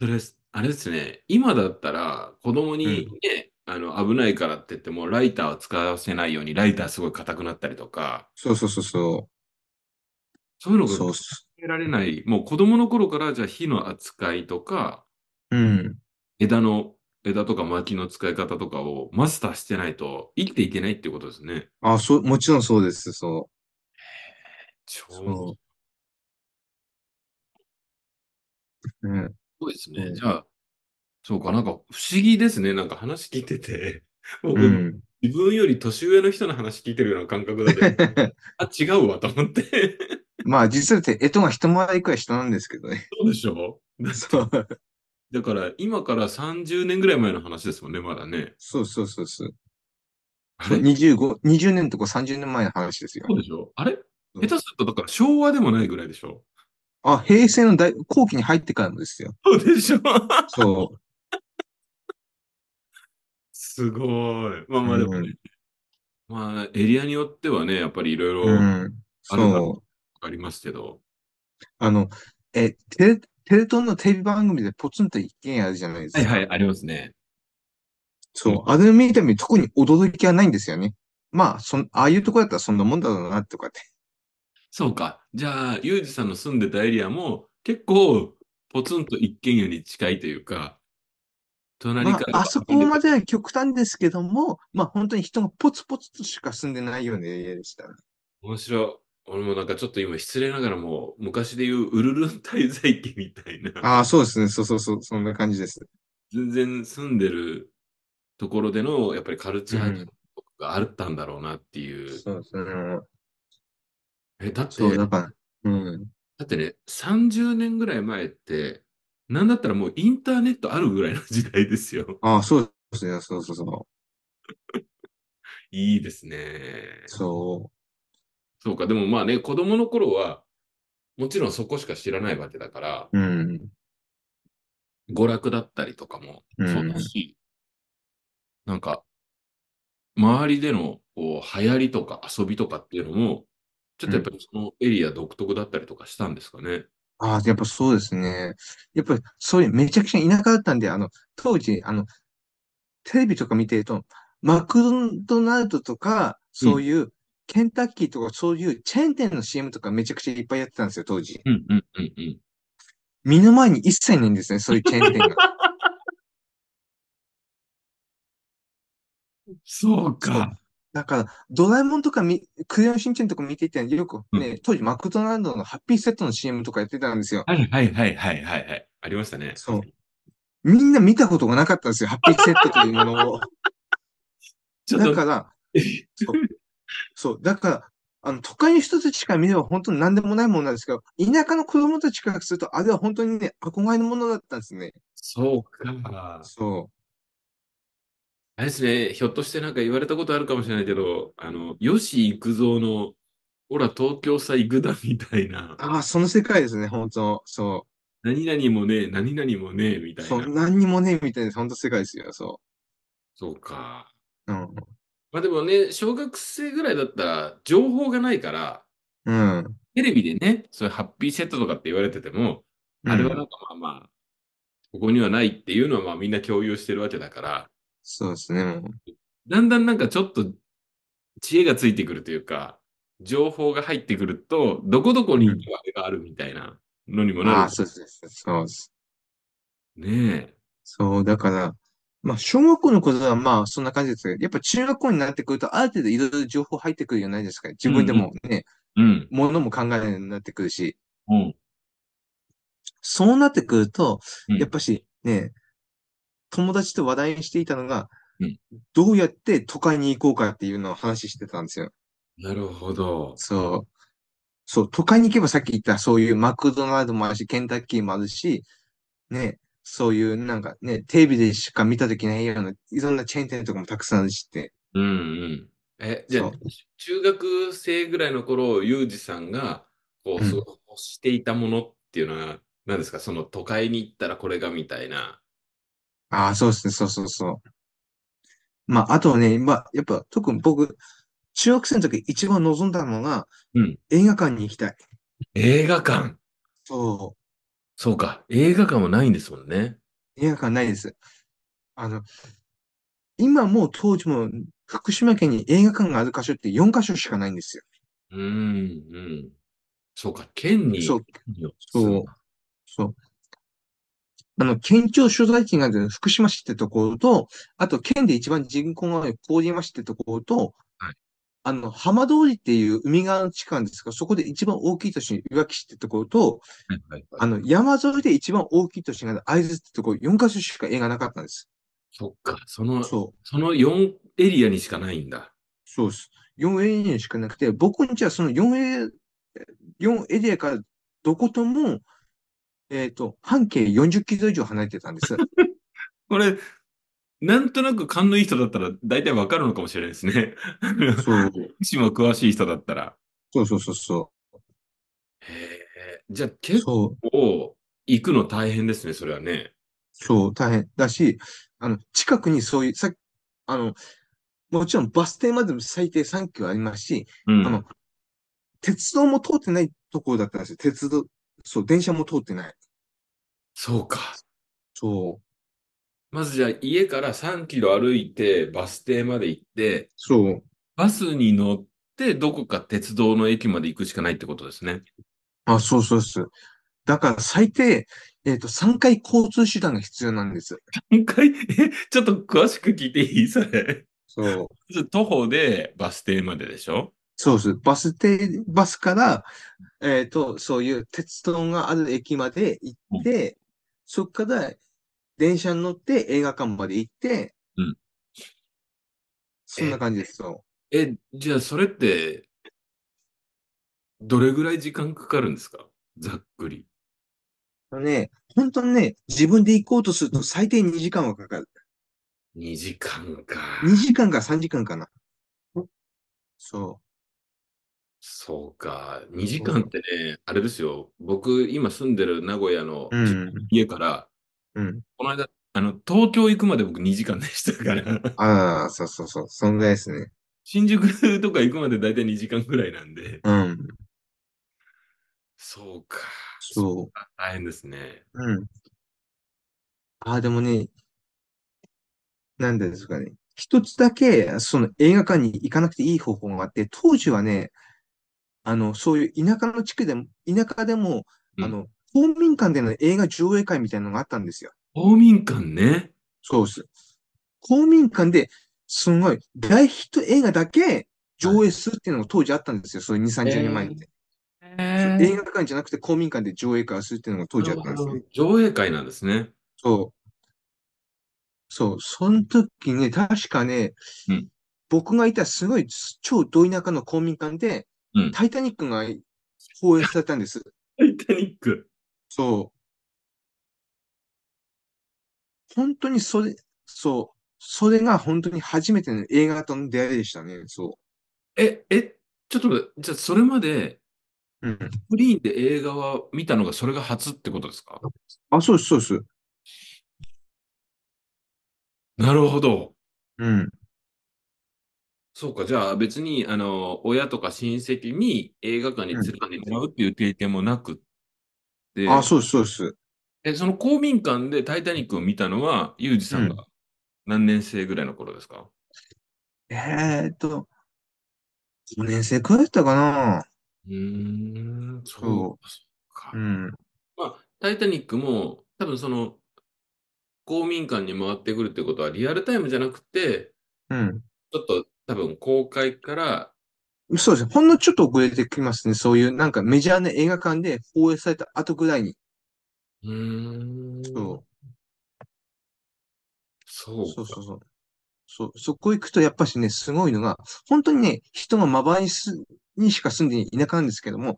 Speaker 2: それ、あれですね、今だったら子供にね、あの危ないからって言ってもライターを使わせないようにライターすごい硬くなったりとか、
Speaker 3: そうそうそうそ
Speaker 2: そういうの
Speaker 3: う。
Speaker 2: が
Speaker 3: そうっ
Speaker 2: 考
Speaker 3: す。
Speaker 2: えられない、もう子供の頃からじゃあ火の扱いとか、
Speaker 3: うん。
Speaker 2: 枝の、枝とか薪の使い方とかをマスターしてないと生きていけないっていうことですね。
Speaker 3: あ、そう、もちろんそうです。そ
Speaker 2: 超
Speaker 3: う。そう。うん。
Speaker 2: そうです
Speaker 3: う
Speaker 2: ね。
Speaker 3: ん
Speaker 2: じゃあ、そうか、なんか不思議ですね。なんか話聞いてて、僕、
Speaker 3: うん。
Speaker 2: 自分より年上の人の話聞いてるような感覚だけど、 あ、違うわと思って。
Speaker 3: まあ、実はって、えとが一回りくらい下なんですけどね。
Speaker 2: そうでしょだ
Speaker 3: そう。
Speaker 2: だから、今から30年ぐらい前の話ですもんね、まだね。
Speaker 3: そうそうそうそう。
Speaker 2: あれ
Speaker 3: 25、20年とか30年前の話ですよ
Speaker 2: そ。うでしょあれ
Speaker 3: う
Speaker 2: 下手
Speaker 3: ん
Speaker 2: すると、だから昭和でもないぐらいでしょ
Speaker 3: あ、平成の大後期に入ってからもですよ。
Speaker 2: そうでしょ
Speaker 3: そう。
Speaker 2: すごい。まあまあでもね。まあ、エリアによってはね、やっぱりいろいろ
Speaker 3: うん。そう。
Speaker 2: ありますけど。
Speaker 3: あの、え、テレ、テレ東のテレビ番組でポツンと一軒家あるじゃないですか。
Speaker 2: はいはい、ありますね。
Speaker 3: そう。あれを見た目に特に驚きはないんですよね。まあ、そん、ああいうとこだったらそんなもんだろうな、とかって。
Speaker 2: そうか。じゃあ、ユージさんの住んでたエリアも結構ポツンと一軒家に近いというか、隣
Speaker 3: ま
Speaker 2: から
Speaker 3: あ、あそこまでは極端ですけども、まあ本当に人がポツポツとしか住んでないようなエリアでした。
Speaker 2: 面白い。俺もなんかちょっと今失礼ながらもう昔で言うウルルン滞在期みたいな、
Speaker 3: ああ、そうですね。そうそうそう。そんな感じです。
Speaker 2: 全然住んでるところでのやっぱりカルチャーショックがあったんだろうなっていう。
Speaker 3: そうですね。
Speaker 2: え、だって、
Speaker 3: そう、だ
Speaker 2: だ
Speaker 3: から、うん。
Speaker 2: ってね、30年ぐらい前って、なんだったらもうインターネットあるぐらいの時代ですよ。
Speaker 3: ああ、そうですね。そうそうそ
Speaker 2: いいですね
Speaker 3: う。。そ
Speaker 2: そうか、でもまあね、子供の頃は、もちろんそこしか知らないわけだから、
Speaker 3: う。うん。
Speaker 2: 娯楽だったりとかも
Speaker 3: うん
Speaker 2: そうだし、なんか、周りでのこう流行りとか遊びとかっていうのも、ちょっとやっぱりそのエリア独特だったりとかしたんですかね。
Speaker 3: ああ、やっぱそうですね。やっぱり、そういう、めちゃくちゃ田舎だったんで、あの、当時、あの、テレビとか見てると、マクドナルドとか、そういう、ケンタッキーとか、そういうチェーン店の CM とかめちゃくちゃいっぱいやってたんですよ、当時。
Speaker 2: うんうんうんうん。
Speaker 3: 目の前に一切ないんですね、そういうチェーン 店が。
Speaker 2: そう
Speaker 3: か
Speaker 2: か。
Speaker 3: だから、ドラえもんとかみ、クレヨンしんちゃんとか見ていて、よくね、当時マクドナルドのハッピーセットの CM とかやってたんですよ。
Speaker 2: はいはいはいはいはいはい。ありましたね。
Speaker 3: そうみんな見たことがなかったんですよ、ハッピーセットというものを。
Speaker 2: ちょっ
Speaker 3: だ
Speaker 2: と、
Speaker 3: から、そうそう、だから、あの、都会の人たちしから見れば本当に何でもないものなんですけど、田舎の子供たちからすると、あれは本当にね、憧れのものだったんですね。
Speaker 2: そうか。
Speaker 3: そ
Speaker 2: あれですね、ひょっとしてなんか言われたことあるかもしれないけど、あの、吉幾三の、ほら、東京さ行くだみたいな
Speaker 3: う。、ああ、その世界ですね、本当。そ
Speaker 2: 何々もねえ、何々もねえ、み
Speaker 3: う。
Speaker 2: たい
Speaker 3: そう、
Speaker 2: な。
Speaker 3: 何にもね、みたいな、本当世界ですよ、そ
Speaker 2: そうか。
Speaker 3: う。うん。
Speaker 2: まあでもね、小学生ぐらいだったら、情報がないから、
Speaker 3: うん。
Speaker 2: テレビでね、そういうハッピーセットとかって言われてても、あれはなんかまあまあ、ここにはないっていうのはまあみんな共有してるわけだから、
Speaker 3: そうですね、もう。
Speaker 2: だんだんなんかちょっと知恵がついてくるというか、情報が入ってくると、どこどこに行けばあれがあるみたいなのにもな
Speaker 3: ああ、
Speaker 2: る。
Speaker 3: そうです。そうです。
Speaker 2: ねえ。
Speaker 3: そう、だから、まあ、小学校の頃はまあ、そんな感じですけど、やっぱ中学校になってくると、ある程度いろいろ情報入ってくるじゃないですか。自分でもね、
Speaker 2: うん。
Speaker 3: ものも考えるようになってくるし、
Speaker 2: うん。
Speaker 3: そうなってくると
Speaker 2: うん、
Speaker 3: やっぱしね、友達と話題にしていたのが
Speaker 2: うん、
Speaker 3: どうやって都会に行こうかっていうのを話してたんですよ。
Speaker 2: なるほど。
Speaker 3: そう。そう、都会に行けばさっき言った、そういうマクドナルドもあるし、ケンタッキーもあるし、ね、そういうなんかね、テレビでしか見たときないような、いろんなチェーン店とかもたくさんあるしって。
Speaker 2: うんうん。え、じゃあ
Speaker 3: そ、
Speaker 2: 中学生ぐらいの頃、ユージさんが、こう、
Speaker 3: うん
Speaker 2: そう欲していたものっていうのは、何ですか、その都会に行ったらこれがみたいな。
Speaker 3: ああ、そうですね、そうそうそう。まあ、あとね、まあ、やっぱ特に僕、中学生の時一番望んだのが
Speaker 2: うん、
Speaker 3: 映画館に行きたい。
Speaker 2: 映画館。
Speaker 3: そ
Speaker 2: そうか。映画館はないんですもんね。
Speaker 3: う、映画館ないです。あの、今も当時も福島県に映画館がある箇所って4箇所しかないんですよ。
Speaker 2: うん、うん。そうか。県に、
Speaker 3: そう、
Speaker 2: 県に
Speaker 3: そう。そう。あの、県庁所在地がある福島市ってところと、あと県で一番人口が多い郡山市ってところと、
Speaker 2: はい
Speaker 3: あの、浜通りっていう海側の地区なんですが、そこで一番大きい都市、いわき市ってところと、
Speaker 2: はいはいはい
Speaker 3: あの、山沿いで一番大きい都市がある会津ってところ、4カ所しか映画なかったんです。
Speaker 2: そっか。その、
Speaker 3: そう。
Speaker 2: その4エリアにしかないんだ。
Speaker 3: そうです。4エリアしかなくて、僕んちはその4エ、4エリアからどことも、えっ、と、半径40キロ以上離れてたんです。
Speaker 2: これ、なんとなく勘のいい人だったら大体わかるのかもしれないですね。
Speaker 3: そう。
Speaker 2: もしも詳しい人だったら。
Speaker 3: そうそうそうそう。
Speaker 2: へえ、じゃあ結
Speaker 3: そう、
Speaker 2: 構行くの大変ですね、それはね。
Speaker 3: そう、大変だし、あの、近くにそういう、さっき、あの、もちろんバス停までも最低3キロありますし、
Speaker 2: うん。
Speaker 3: あの、鉄道も通ってないところだったんですよ。鉄道、そう、電車も通ってない。
Speaker 2: そうか。
Speaker 3: そう、
Speaker 2: まずじゃあ家から3キロ歩いてバス停まで行って、
Speaker 3: そう。
Speaker 2: バスに乗ってどこか鉄道の駅まで行くしかないってことですね。
Speaker 3: あ、そうそうです。だから最低、えっと、3回交通手段が必要なんです。
Speaker 2: 一回、え、ちょっと詳しく聞いていいそれ。
Speaker 3: そう。
Speaker 2: 徒歩でバス停まででしょ
Speaker 3: そうです。バス停、バスから、えっと、そういう鉄道がある駅まで行って、そっから電車に乗って映画館まで行って、
Speaker 2: うん
Speaker 3: そんな感じですよ。
Speaker 2: え、じゃあそれって、どれぐらい時間かかるんですかざっくり。
Speaker 3: あのね、本当にね、自分で行こうとすると最低2時間はかかる。
Speaker 2: 2時間か。
Speaker 3: 2時間か3時間かな。そ
Speaker 2: そうか。2時間ってね、あれですよ。僕、今住んでる名古屋の
Speaker 3: う。うん。
Speaker 2: 家から、
Speaker 3: うん。
Speaker 2: この間、あの、東京行くまで僕2時間でしたから、
Speaker 3: ああ、そうそうそう。そんぐらいですね。
Speaker 2: 新宿とか行くまで大体2時間ぐらいなんで、
Speaker 3: うん。
Speaker 2: そうか。
Speaker 3: そう。
Speaker 2: 大変ですね。
Speaker 3: うん。ああ、でもね、なんでですかね。一つだけ、その映画館に行かなくていい方法があって、当時はね、あの、そういう田舎の地区でも、田舎でも、
Speaker 2: うん
Speaker 3: あの、公民館での映画上映会みたいなのがあったんですよ。
Speaker 2: 公民館ね。
Speaker 3: そうです。公民館で、すごい、大ヒット映画だけ上映するっていうのが当時あったんですよ。そういう2、30年前って。
Speaker 2: え
Speaker 3: 映画館じゃなくて公民館で上映会をするっていうのが当時あったんですね。
Speaker 2: 上映会なんですね。
Speaker 3: そう。そう、その時ね、確かね、
Speaker 2: うん
Speaker 3: 僕がいたすごい超ど田舎の公民館で、
Speaker 2: うん
Speaker 3: タイタニックが放映されたんです。
Speaker 2: タイタニック。
Speaker 3: そう。本当にそれ、そう、それが本当に初めての映画との出会いでしたね、そ
Speaker 2: え、え、ちょっと待って、じゃあそれまで、
Speaker 3: う。うん。
Speaker 2: フリーンで映画は見たのがそれが初ってことですか
Speaker 3: あ、そうです、そうです。
Speaker 2: なるほど。
Speaker 3: うん。
Speaker 2: そうか、じゃあ別に、あの、親とか親戚に映画館に連れてってもらうっていう経験もなくって、
Speaker 3: あ、そうです、そうです。
Speaker 2: え、その公民館でタイタニックを見たのは、ユージさんが何年生ぐらいの頃ですか
Speaker 3: えーっと、5年生くらいだったかな。
Speaker 2: うーん、そうか。
Speaker 3: うん。
Speaker 2: まあ、タイタニックも、多分その、公民館に回ってくるってことは、リアルタイムじゃなくて、
Speaker 3: うん。
Speaker 2: ちょっと多分公開から、
Speaker 3: そうですね。ほんのちょっと遅れてきますね。そういう、なんかメジャーな映画館で放映された後ぐらいに。
Speaker 2: うーん、
Speaker 3: そ。
Speaker 2: そうう
Speaker 3: そ
Speaker 2: か
Speaker 3: うそうそう。そう、そこ行くとやっぱしね、すごいのが、本当にね、人がまばらにす、にしか住んでいなかったんですけども、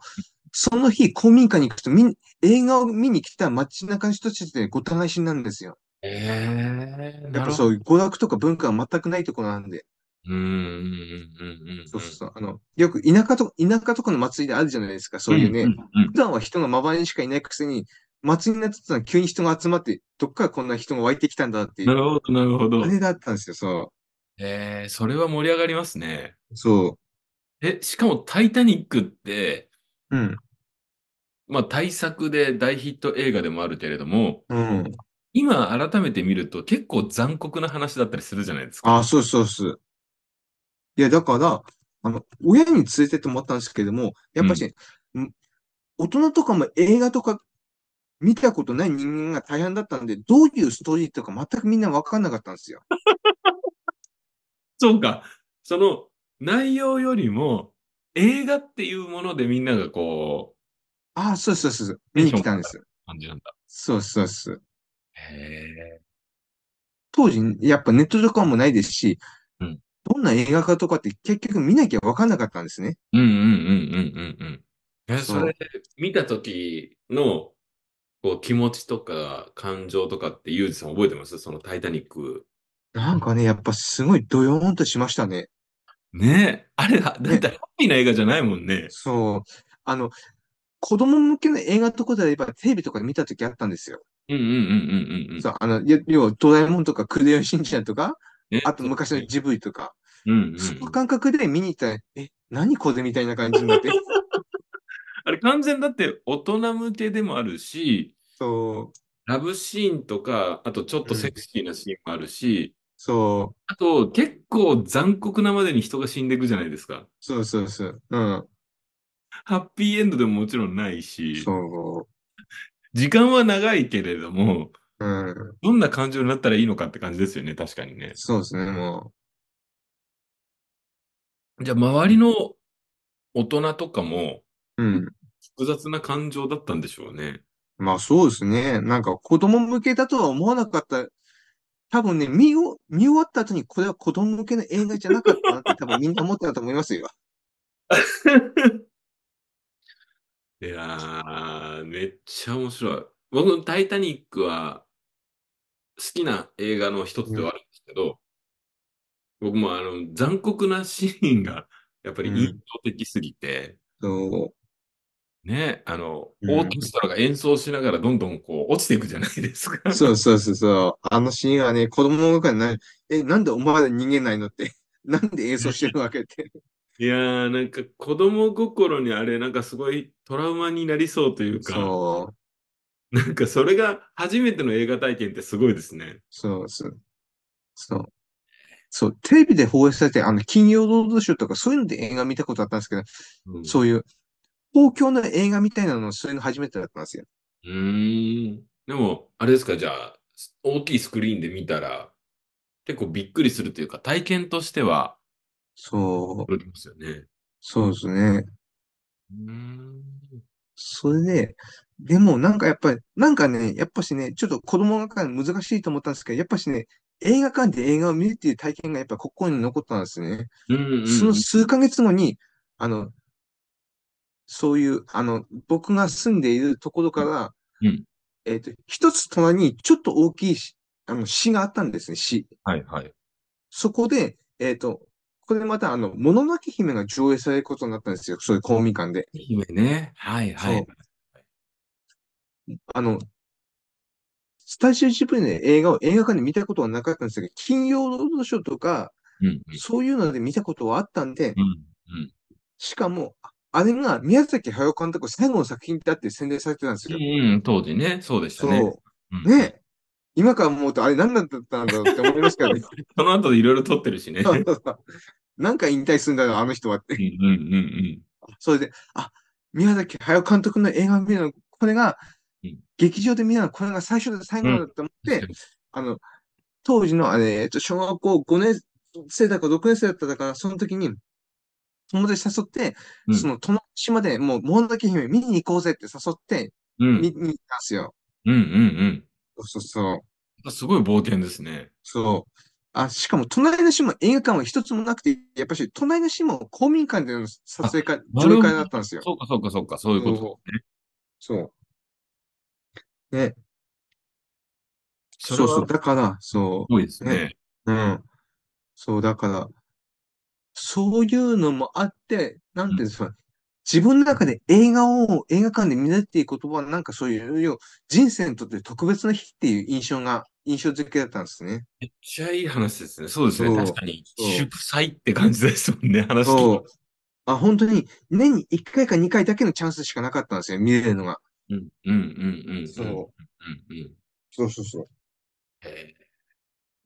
Speaker 3: その日、公民館に行くと、みん、映画を見に来た街中の人たちでご互い死になるんですよ。
Speaker 2: ええー、
Speaker 3: やっ
Speaker 2: な
Speaker 3: ぱ
Speaker 2: る
Speaker 3: そういう娯楽とか文化が全くないところなんで。
Speaker 2: うーん、うん、うん、うん。
Speaker 3: そうそうそう。あの、よく田舎と、田舎とかの祭りであるじゃないですか、そういうね。
Speaker 2: んんうん
Speaker 3: 普段は人がまばらにしかいないくせに、祭りになってたら急に人が集まって、どっからこんな人が湧いてきたんだってい
Speaker 2: な
Speaker 3: う。
Speaker 2: るほど、なるほど
Speaker 3: あ。れだったんですよ、そ
Speaker 2: ええー、それは盛り上がりますね。
Speaker 3: う。そ
Speaker 2: え、しかもタイタニックって、
Speaker 3: う。うん。
Speaker 2: まあ大作で大ヒット映画でもあるけれども、
Speaker 3: うん。
Speaker 2: 今改めて見ると結構残酷な話だったりするじゃないですか。
Speaker 3: あ、そうそうそう。いや、だから、あの、親に連れてってもらったんですけども、やっぱし、ん大人とかも映画とか見たことない人間が大変だったんで、どういうストーリーとか全くみんなわかんなかったんですよ。
Speaker 2: そうか。その内容よりも映画っていうものでみんながこ
Speaker 3: あ、そうそうそうそう。見に来たんです。
Speaker 2: う、感じなんだ。
Speaker 3: そうそうそう。
Speaker 2: へえ。
Speaker 3: 当時、やっぱネットとかもないですし、
Speaker 2: うん
Speaker 3: どんな映画かとかって結局見なきゃ分かんなかったんですね。
Speaker 2: うんうんうんうんうんうん。え、
Speaker 3: そう
Speaker 2: それ見た時のこう気持ちとか感情とかってユージさん覚えてますそのタイタニック。
Speaker 3: なんかね、やっぱすごいドヨーンとしましたね。
Speaker 2: ねえ。あれだ、だってハッピーな映画じゃないもんね。
Speaker 3: そう。あの、子供向けの映画とかであればテレビとかで見た時あったんですよ。
Speaker 2: うんうんうんうんうんうん。
Speaker 3: そう、あの、よ要はドラえもんとかクレヨンしんちゃんとか、
Speaker 2: ね
Speaker 3: あと昔のジブリとか、
Speaker 2: うんうんうん
Speaker 3: その感覚で見に行ったら、え、何これみたいな感じに なって。
Speaker 2: あれ完全だって大人向けでもあるし、
Speaker 3: そう、
Speaker 2: ラブシーンとか、あとちょっとセクシーなシーンもあるし、
Speaker 3: そう、
Speaker 2: あと結構残酷なまでに人が死んでいくじゃないですか。
Speaker 3: そうそうそう。うん、
Speaker 2: ハッピーエンドでももちろんないし、
Speaker 3: そ
Speaker 2: 時間は長いけれども、
Speaker 3: う、うん。
Speaker 2: どんな感情になったらいいのかって感じですよね、確かにね。
Speaker 3: そうですね、も
Speaker 2: じゃあ周りの大人とかも
Speaker 3: う。うん。
Speaker 2: 複雑な感情だったんでしょうね。
Speaker 3: まあそうですね。なんか子供向けだとは思わなかった。多分ね、見を、見終わった後にこれは子供向けの映画じゃなかった なって多分みんな思ってたと思いますよ。
Speaker 2: いやー、めっちゃ面白い。僕のタイタニックは好きな映画の一つではあるんですけど、僕もあの残酷なシーンがやっぱり印象的すぎて、
Speaker 3: そう。
Speaker 2: ね、あの、
Speaker 3: うん
Speaker 2: オーケストラが演奏しながらどんどんこう落ちていくじゃないですか。
Speaker 3: そうそうそうそう。あのシーンはね、子供向けにない。え、なんでお前ら逃げないのって。 なんで演奏してるわ けって。
Speaker 2: いやー、なんか子供心にあれ、なんかすごいトラウマになりそうというか、
Speaker 3: そう。
Speaker 2: なんかそれが初めての映画体験ってすごいですね。
Speaker 3: そうそう。そう。そう。テレビで放映されて、あの、金曜ロードショーとかそういうので映画見たことあったんですけど、
Speaker 2: うん
Speaker 3: そういう、公共の映画みたいなの、そういうの初めてだったんですよ。
Speaker 2: うーん。でも、あれですか、じゃあ、す大きいスクリーンで見たら、結構びっくりするというか、体験としては、
Speaker 3: そう。
Speaker 2: 驚きますよね。う
Speaker 3: そうですね。
Speaker 2: ーん。
Speaker 3: それで、でもなんかやっぱり、なんかね、やっぱしね、ちょっと子供が館難しいと思ったんですけど、やっぱしね、映画館で映画を見るっていう体験がやっぱ心に残ったんですね。
Speaker 2: うんうんうん
Speaker 3: その数ヶ月後に、あの、そういう、あの、僕が住んでいるところから、
Speaker 2: うん
Speaker 3: えっと、一つ隣にちょっと大きいし、あの、市があったんですね、市。
Speaker 2: はいはい。
Speaker 3: そこで、えっと、これまたあの、もののけ姫が上映されることになったんですよ、そういう公民館で。
Speaker 2: 姫ね。はいはい。
Speaker 3: そうあの、スタジオジブリの映画を映画館で見たことはなかったんですけど、金曜ロードショーとか、
Speaker 2: うん
Speaker 3: そういうので見たことはあったんで
Speaker 2: う、ん。うん
Speaker 3: しかも、ああれが宮崎駿監督最後の作品だって宣伝されてたんです
Speaker 2: う
Speaker 3: よ。
Speaker 2: んうん。当時ね、そうでしたね。
Speaker 3: そ
Speaker 2: うん
Speaker 3: う。ねえ今から思うとあれ何だったんだろうって思います からね。
Speaker 2: その後いろいろ撮ってるしね。うん
Speaker 3: なんか引退するんだろう、あの人はって。
Speaker 2: うんうん
Speaker 3: それで、あ、宮崎駿監督の映画を見るの、これが
Speaker 2: うん、
Speaker 3: 劇場で見るの、これが最初で最後だと思っ
Speaker 2: うん。
Speaker 3: て、あの、当時の、あれ、えっと、小学校5年生だか6年生だったから、その時に、友達誘って
Speaker 2: う、ん
Speaker 3: その、隣の島でもう、もののけ姫見に行こうぜって誘って、
Speaker 2: うん。
Speaker 3: 見に行ったんですよ。
Speaker 2: うんうん
Speaker 3: そうそうそう。
Speaker 2: うん。すごい冒険ですね。
Speaker 3: そう。あ、しかも、隣の島、映画館は一つもなくて、やっぱし、隣の島を公民館での撮影会、
Speaker 2: な
Speaker 3: 上
Speaker 2: るほど
Speaker 3: 映会だったんですよ。
Speaker 2: そうかそうかそうか、そういうことですね。
Speaker 3: そう。ね、
Speaker 2: それはす
Speaker 3: そう、だから、そ
Speaker 2: ごいですね。
Speaker 3: う、うん。そう、だから、そういうのもあって、なんていうんですか、自分の中で映画を映画館で見れるっていう言葉は、なんかそういう、人生にとって特別な日っていう印象が、印象付けだったんですね。
Speaker 2: めっちゃいい話ですね。そうですね。
Speaker 3: そう
Speaker 2: 確かに、
Speaker 3: そう
Speaker 2: 祝祭って感じですもんね、話聞い
Speaker 3: そう。あ、本当に、年に1回か2回だけのチャンスしかなかったんですよ、見れるのが。
Speaker 2: て。うんうんうんうん。
Speaker 3: そう
Speaker 2: うんうん。
Speaker 3: そうそうそう。
Speaker 2: えー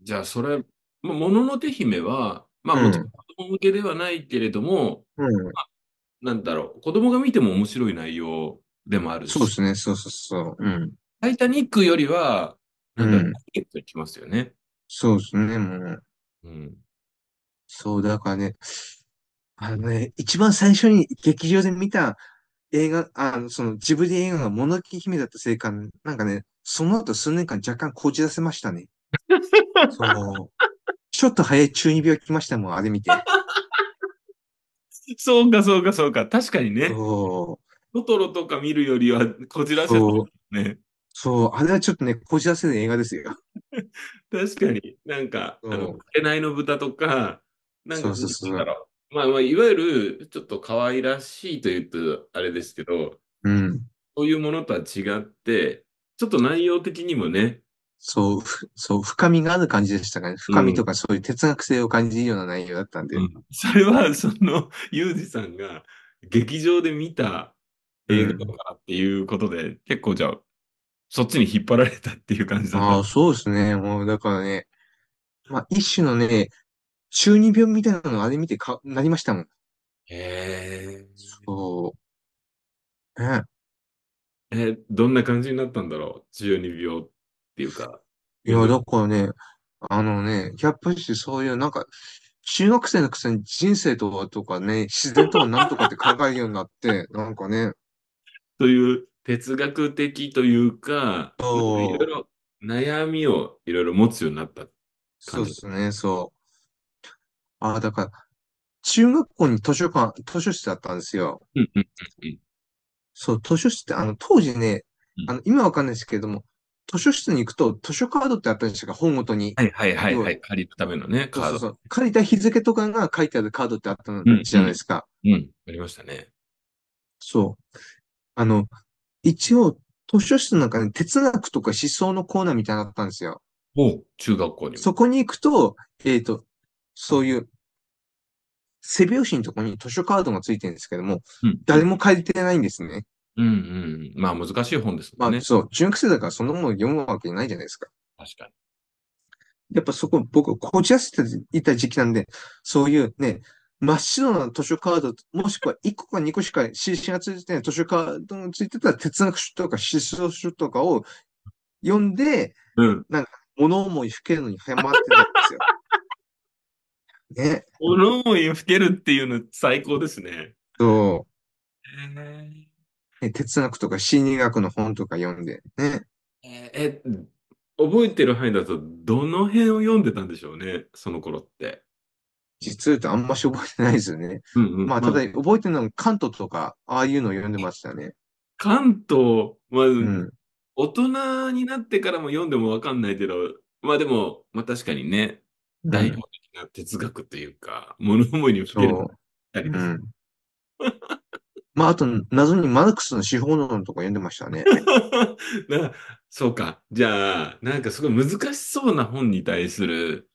Speaker 2: じゃあ、それ、まあもののけ姫は、まあ、
Speaker 3: うん
Speaker 2: もちろん子供向けではないけれども、
Speaker 3: うん。
Speaker 2: なんだろう、子供が見ても面白い内容でもあるし、
Speaker 3: そうですね、そうそうそう。うん。
Speaker 2: タイタニックよりは、なんだろ
Speaker 3: う
Speaker 2: う、
Speaker 3: ん
Speaker 2: 結構いきますよね。
Speaker 3: そうですね、もう。
Speaker 2: うん。
Speaker 3: そう、だからね、あのね、一番最初に劇場で見た映画、あの、そのジブリ映画がもののけ姫だったせいか、なんかね、その後数年間若干こじらせま したね。そう。ちょっと早い中二病来ましたもん、あれ見て。
Speaker 2: そうか、そうか、そうか。確かにね、
Speaker 3: そう。
Speaker 2: トトロとか見るよりは、こじらせて
Speaker 3: そう
Speaker 2: るね。
Speaker 3: そう、あれはちょっとね、こじらせる映画ですよ。
Speaker 2: 確かに、なんか、あ
Speaker 3: そ
Speaker 2: の
Speaker 3: う、
Speaker 2: 紅の豚とか、なんか、
Speaker 3: そうそうそう
Speaker 2: なんだろうまあ、まあ、いわゆる、ちょっと可愛らしいというと、あれですけど、
Speaker 3: うん。
Speaker 2: そういうものとは違って、ちょっと内容的にもね、
Speaker 3: そう、ふそう、深みがある感じでしたかね。深みとかそういう哲学性を感じるような内容だったんで。
Speaker 2: それは、その、ユージさんが劇場で見た映画とかっていうことで、結構じゃあ、そっちに引っ張られたっていう感じだ
Speaker 3: ああ、
Speaker 2: っ
Speaker 3: そうですね。もう、だからね、まあ、一種のね、中二病みたいなのあれ見てか、なりましたもん。
Speaker 2: た。へ
Speaker 3: そう。ね。
Speaker 2: えー。どんな感じになったんだろう中二病っていうか。
Speaker 3: いや、だからね、あのね、やっぱりそういう、なんか、中学生のくせに人生とはとかね、自然とは何とかって考えるようになって、 なんかね、
Speaker 2: という哲学的というか、い
Speaker 3: そう
Speaker 2: ろいろ悩みをいろいろ持つようになった。
Speaker 3: そう
Speaker 2: 感
Speaker 3: で
Speaker 2: じ
Speaker 3: すね、そう。ああ、だから、中学校に図書館、図書室だったんですよ。
Speaker 2: うんうん
Speaker 3: そう、図書室って、あの、当時ね
Speaker 2: う、ん
Speaker 3: あの、今わかんないですけれども、図書室に行くと、図書カードってあったんですが、本ごとに。
Speaker 2: はいはいはいはい。借りるためのね、カ
Speaker 3: そう
Speaker 2: ー
Speaker 3: そ
Speaker 2: ド。
Speaker 3: うそう。借りた日付とかが書いてあるカードってあったのじゃないですか。
Speaker 2: うん。ありましたね。
Speaker 3: そう。あの、一応、図書室なんかね、哲学とか思想のコーナーみたいなのあったんですよ。
Speaker 2: おう中学校にも。
Speaker 3: そこに行くと、えっと、そういう、背表紙のとこに図書カードがついてるんですけども、
Speaker 2: うん
Speaker 3: 誰も借りてないんですね。
Speaker 2: うんうんうん。まあ難しい本です
Speaker 3: ま
Speaker 2: もん
Speaker 3: あ、
Speaker 2: ね。
Speaker 3: そう、中学生だからそんなもの読むわけないじゃないですか。
Speaker 2: 確かに。
Speaker 3: やっぱそこ、僕、こじらせていた時期なんで、そういうね、真っ白な図書カード、もしくは1個か2個しか印がついてない図書カードがついてた哲学書とか思想書とかを読んで、
Speaker 2: うん。
Speaker 3: 物思いふけるのに早まってたんです よ。ね、
Speaker 2: 物思いを吹けるっていうの最高ですね。
Speaker 3: そ
Speaker 2: え
Speaker 3: う、ね哲学とか心理学の本とか読んで、ね。
Speaker 2: ーえ、覚えてる範囲だと、どの辺を読んでたんでしょうね、その頃って。
Speaker 3: 実は言うとあんまし覚えてないですよね。
Speaker 2: うんうん
Speaker 3: まあ、ただ覚えてるのは関東とか、ああいうのを読んでましたね。
Speaker 2: 関東、まあ、
Speaker 3: うん。
Speaker 2: 大人になってからも読んでもわかんないけど、まあでも、まあ確かにね、代表的な哲学というか、物思いに吹ける
Speaker 3: そう
Speaker 2: あり
Speaker 3: う
Speaker 2: ます
Speaker 3: ん。 まあ、あと、謎にマルクスの資本論とか読んでましたね。
Speaker 2: な、そうか。じゃあ、なんかすごい難しそうな本に対する、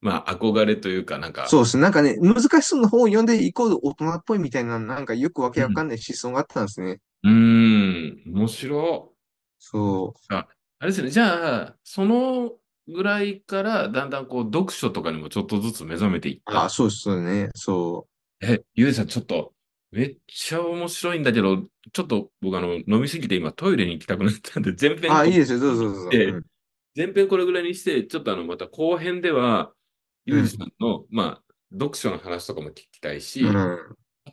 Speaker 2: まあ、憧れというか、なんか、
Speaker 3: そうですね。なんかね、難しそうな本を読んでイコール大人っぽいみたいな、なんかよくわけわかんない思想があったんですね。
Speaker 2: うーん、面白い。
Speaker 3: そ
Speaker 2: あれですね、じゃあ、そのぐらいから、だんだんこう、読書とかにもちょっとずつ目覚めていっ
Speaker 3: う。
Speaker 2: た。
Speaker 3: あ、そうですよね。そ
Speaker 2: え、ゆうじさん、ちょっと、めっちゃ面白いんだけど、ちょっと僕、あの、飲みすぎて今、トイレに行きたくなったんで、全
Speaker 3: う。
Speaker 2: 編
Speaker 3: あ、いい
Speaker 2: 後
Speaker 3: ですよ。どうぞどうぞ。
Speaker 2: ええ
Speaker 3: うん
Speaker 2: 前編これぐらいにして、ちょっとあの、また後編では、ユージさんの、まあ、読書の話とかも聞きたいし、
Speaker 3: うん。
Speaker 2: あ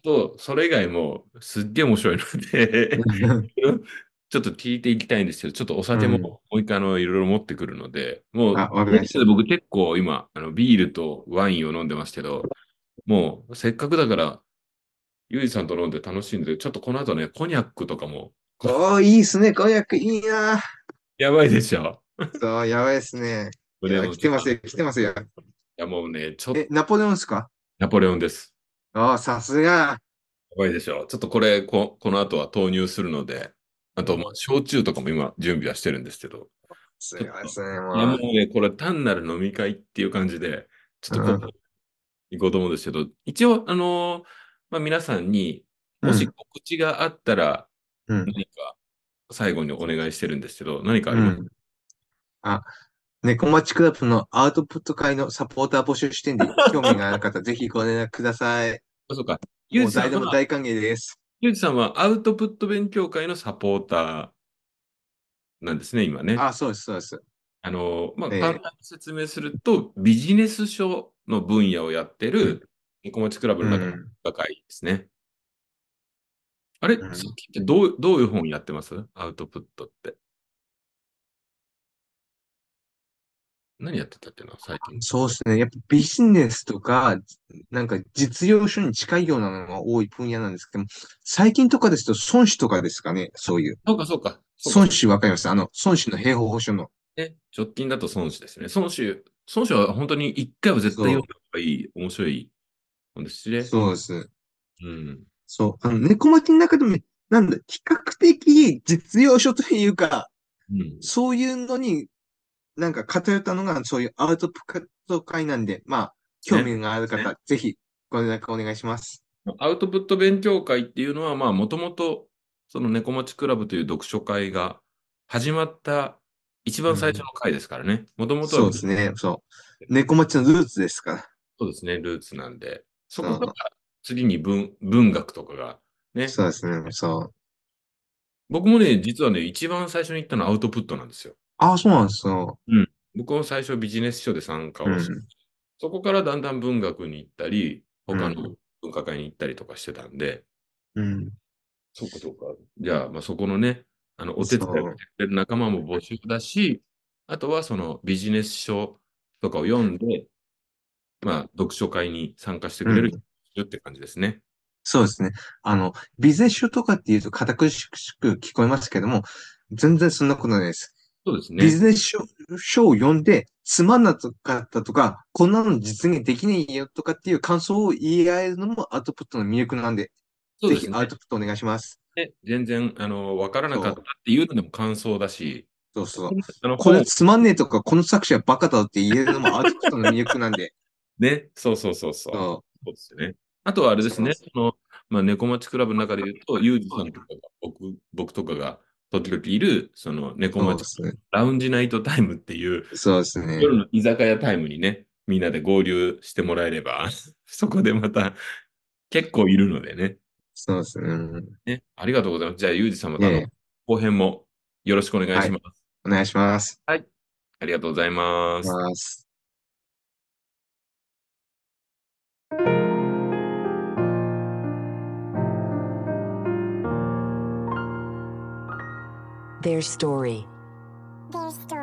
Speaker 2: と、それ以外も、すっげえ面白いので、 ちょっと聞いていきたいんですけど、ちょっとお酒も
Speaker 3: うん
Speaker 2: もう一回あの、いろいろ持ってくるので、もう、
Speaker 3: あわかりました
Speaker 2: 僕結構今、あの、ビールとワインを飲んでますけど、もう、せっかくだから、ユージさんと飲んで楽しいんで、ちょっとこの後ね、コニャックとかも、
Speaker 3: おー、いいっすね、婚約、いいな
Speaker 2: やばいでしょ。
Speaker 3: そう、やばいっすね。いや来てますよ、来てますよ。
Speaker 2: いや、もうね、ちょっと
Speaker 3: え、、ナポレオンですか
Speaker 2: ナポレオンです。
Speaker 3: ああ、さすが。
Speaker 2: やばいでしょ。ちょっとこれ、こ、この後は投入するので、あと、まあ、焼酎とかも今、準備はしてるんですけど、
Speaker 3: すごいですね、
Speaker 2: いや、も
Speaker 3: も
Speaker 2: うね、これ単なる飲み会っていう感じで、ちょっと
Speaker 3: う
Speaker 2: こう、行こうと思うんですけど、一応、あのーまあ、皆さんに、
Speaker 3: う。
Speaker 2: もし告知があったら、
Speaker 3: うん、うん。
Speaker 2: 何か、最後にお願いしてるんですけど、何かあ
Speaker 3: う
Speaker 2: ります
Speaker 3: ん。あ、猫町クラブのアウトプット会のサポーター募集視 点で興味がある方、ぜひご連絡ください。
Speaker 2: あそうか。ユー
Speaker 3: もう
Speaker 2: ジさ
Speaker 3: 誰
Speaker 2: ん
Speaker 3: でも
Speaker 2: は、
Speaker 3: 大歓迎です。
Speaker 2: ユージさんはアウトプット勉強会のサポーターなんですね、今ね。
Speaker 3: あ、そうです、そうです。
Speaker 2: あの、まあ、
Speaker 3: ええ
Speaker 2: 簡単に説明すると、ビジネス書の分野をやってる、ニコマチクラブ
Speaker 3: う
Speaker 2: の中の
Speaker 3: ん。
Speaker 2: 高いですね。あれ、
Speaker 3: うん
Speaker 2: さっきってどう、どういう本やってますアウトプットって。何やってたっけな、最近。
Speaker 3: そうですね。やっぱビジネスとか、なんか実用書に近いようなのが多い分野なんですけども、最近とかですと、孫子とかですかね、そういう。
Speaker 2: そうか、そうか。そうか
Speaker 3: 孫子わかりますあの、孫子の兵法保障の。
Speaker 2: ね、直近だと孫子ですね。孫子、孫子は本当に一回は絶対読んだ方がいい、面白い本ですしね。
Speaker 3: そうです。
Speaker 2: うん。
Speaker 3: そう。あの、猫巻の中でも、なんだ、比較的実用書というか、
Speaker 2: うん。
Speaker 3: そういうのに、なんか偏ったのが、そういうアウトプット会なんで、まあ、興味がある方、ぜひご連絡お願いします。
Speaker 2: アウトプット勉強会っていうのは、まあ、もともと、その猫町クラブという読書会が始まった一番最初の会ですからね。もともとは
Speaker 3: そうですね。そう。猫町のルーツですから。
Speaker 2: そうですね、ルーツなんで。そ
Speaker 3: そう
Speaker 2: こから次に文文学とかが、ね。
Speaker 3: そうですね。そう。
Speaker 2: 僕もね、実はね、一番最初に行ったのはアウトプットなんですよ。
Speaker 3: ああ、そうなんですよ。
Speaker 2: 僕も最初ビジネス書で参加をして、
Speaker 3: うん
Speaker 2: そこからだんだん文学に行ったり、他の文化会に行ったりとかしてたんで、
Speaker 3: うん。
Speaker 2: そうか、そうか。じゃあ、まあ、そこのね、あの、お手伝いをやってくれる仲間も募集だし、あとはそのビジネス書とかを読んで、まあ、読書会に参加してくれる人いるって感じですね。
Speaker 3: そうですね。あの、ビジネス書とかって言うと堅苦しく聞こえますけども、全然そんなことないです。
Speaker 2: そうです
Speaker 3: ビ
Speaker 2: ね。
Speaker 3: ジネス書書を読んで、つまんなかったとか、こんなの実現できねえよとかっていう感想を言い合えるのもアウトプットの魅力なんで、
Speaker 2: そう
Speaker 3: ぜ
Speaker 2: で
Speaker 3: ひ
Speaker 2: す
Speaker 3: アウ
Speaker 2: ね。
Speaker 3: トプットお願いします。
Speaker 2: ね全然、あの、わからなかったっていうのでも感想だし、
Speaker 3: そうそう。
Speaker 2: あの、
Speaker 3: こ
Speaker 2: 本
Speaker 3: れつまんねえとか、この作者バカだって言えるのもアウトプットの魅力なんで。
Speaker 2: ね、そうそう そうそう。
Speaker 3: そ
Speaker 2: そうですよね。あとはあれですね、
Speaker 3: そ
Speaker 2: その、まあ、猫町クラブの中で言うと、ユージさんとかが、僕、僕とかが、時々いる、その、
Speaker 3: う
Speaker 2: 猫
Speaker 3: そう
Speaker 2: 町
Speaker 3: ですね。
Speaker 2: ラウンジナイトタイムっていう、
Speaker 3: そうですね。
Speaker 2: 夜の居酒屋タイムにね、みんなで合流してもらえれば、 そこでまた、結構いるのでね。
Speaker 3: そうですね。うん
Speaker 2: ね、ありがとうございます。じゃあ、ユージさんま
Speaker 3: い
Speaker 2: たあ
Speaker 3: えい
Speaker 2: の
Speaker 3: え
Speaker 2: 後編もよろしくお願いします。
Speaker 3: お願いします。
Speaker 2: ありがとうございます。
Speaker 3: ます。
Speaker 1: Their story.
Speaker 4: Their story.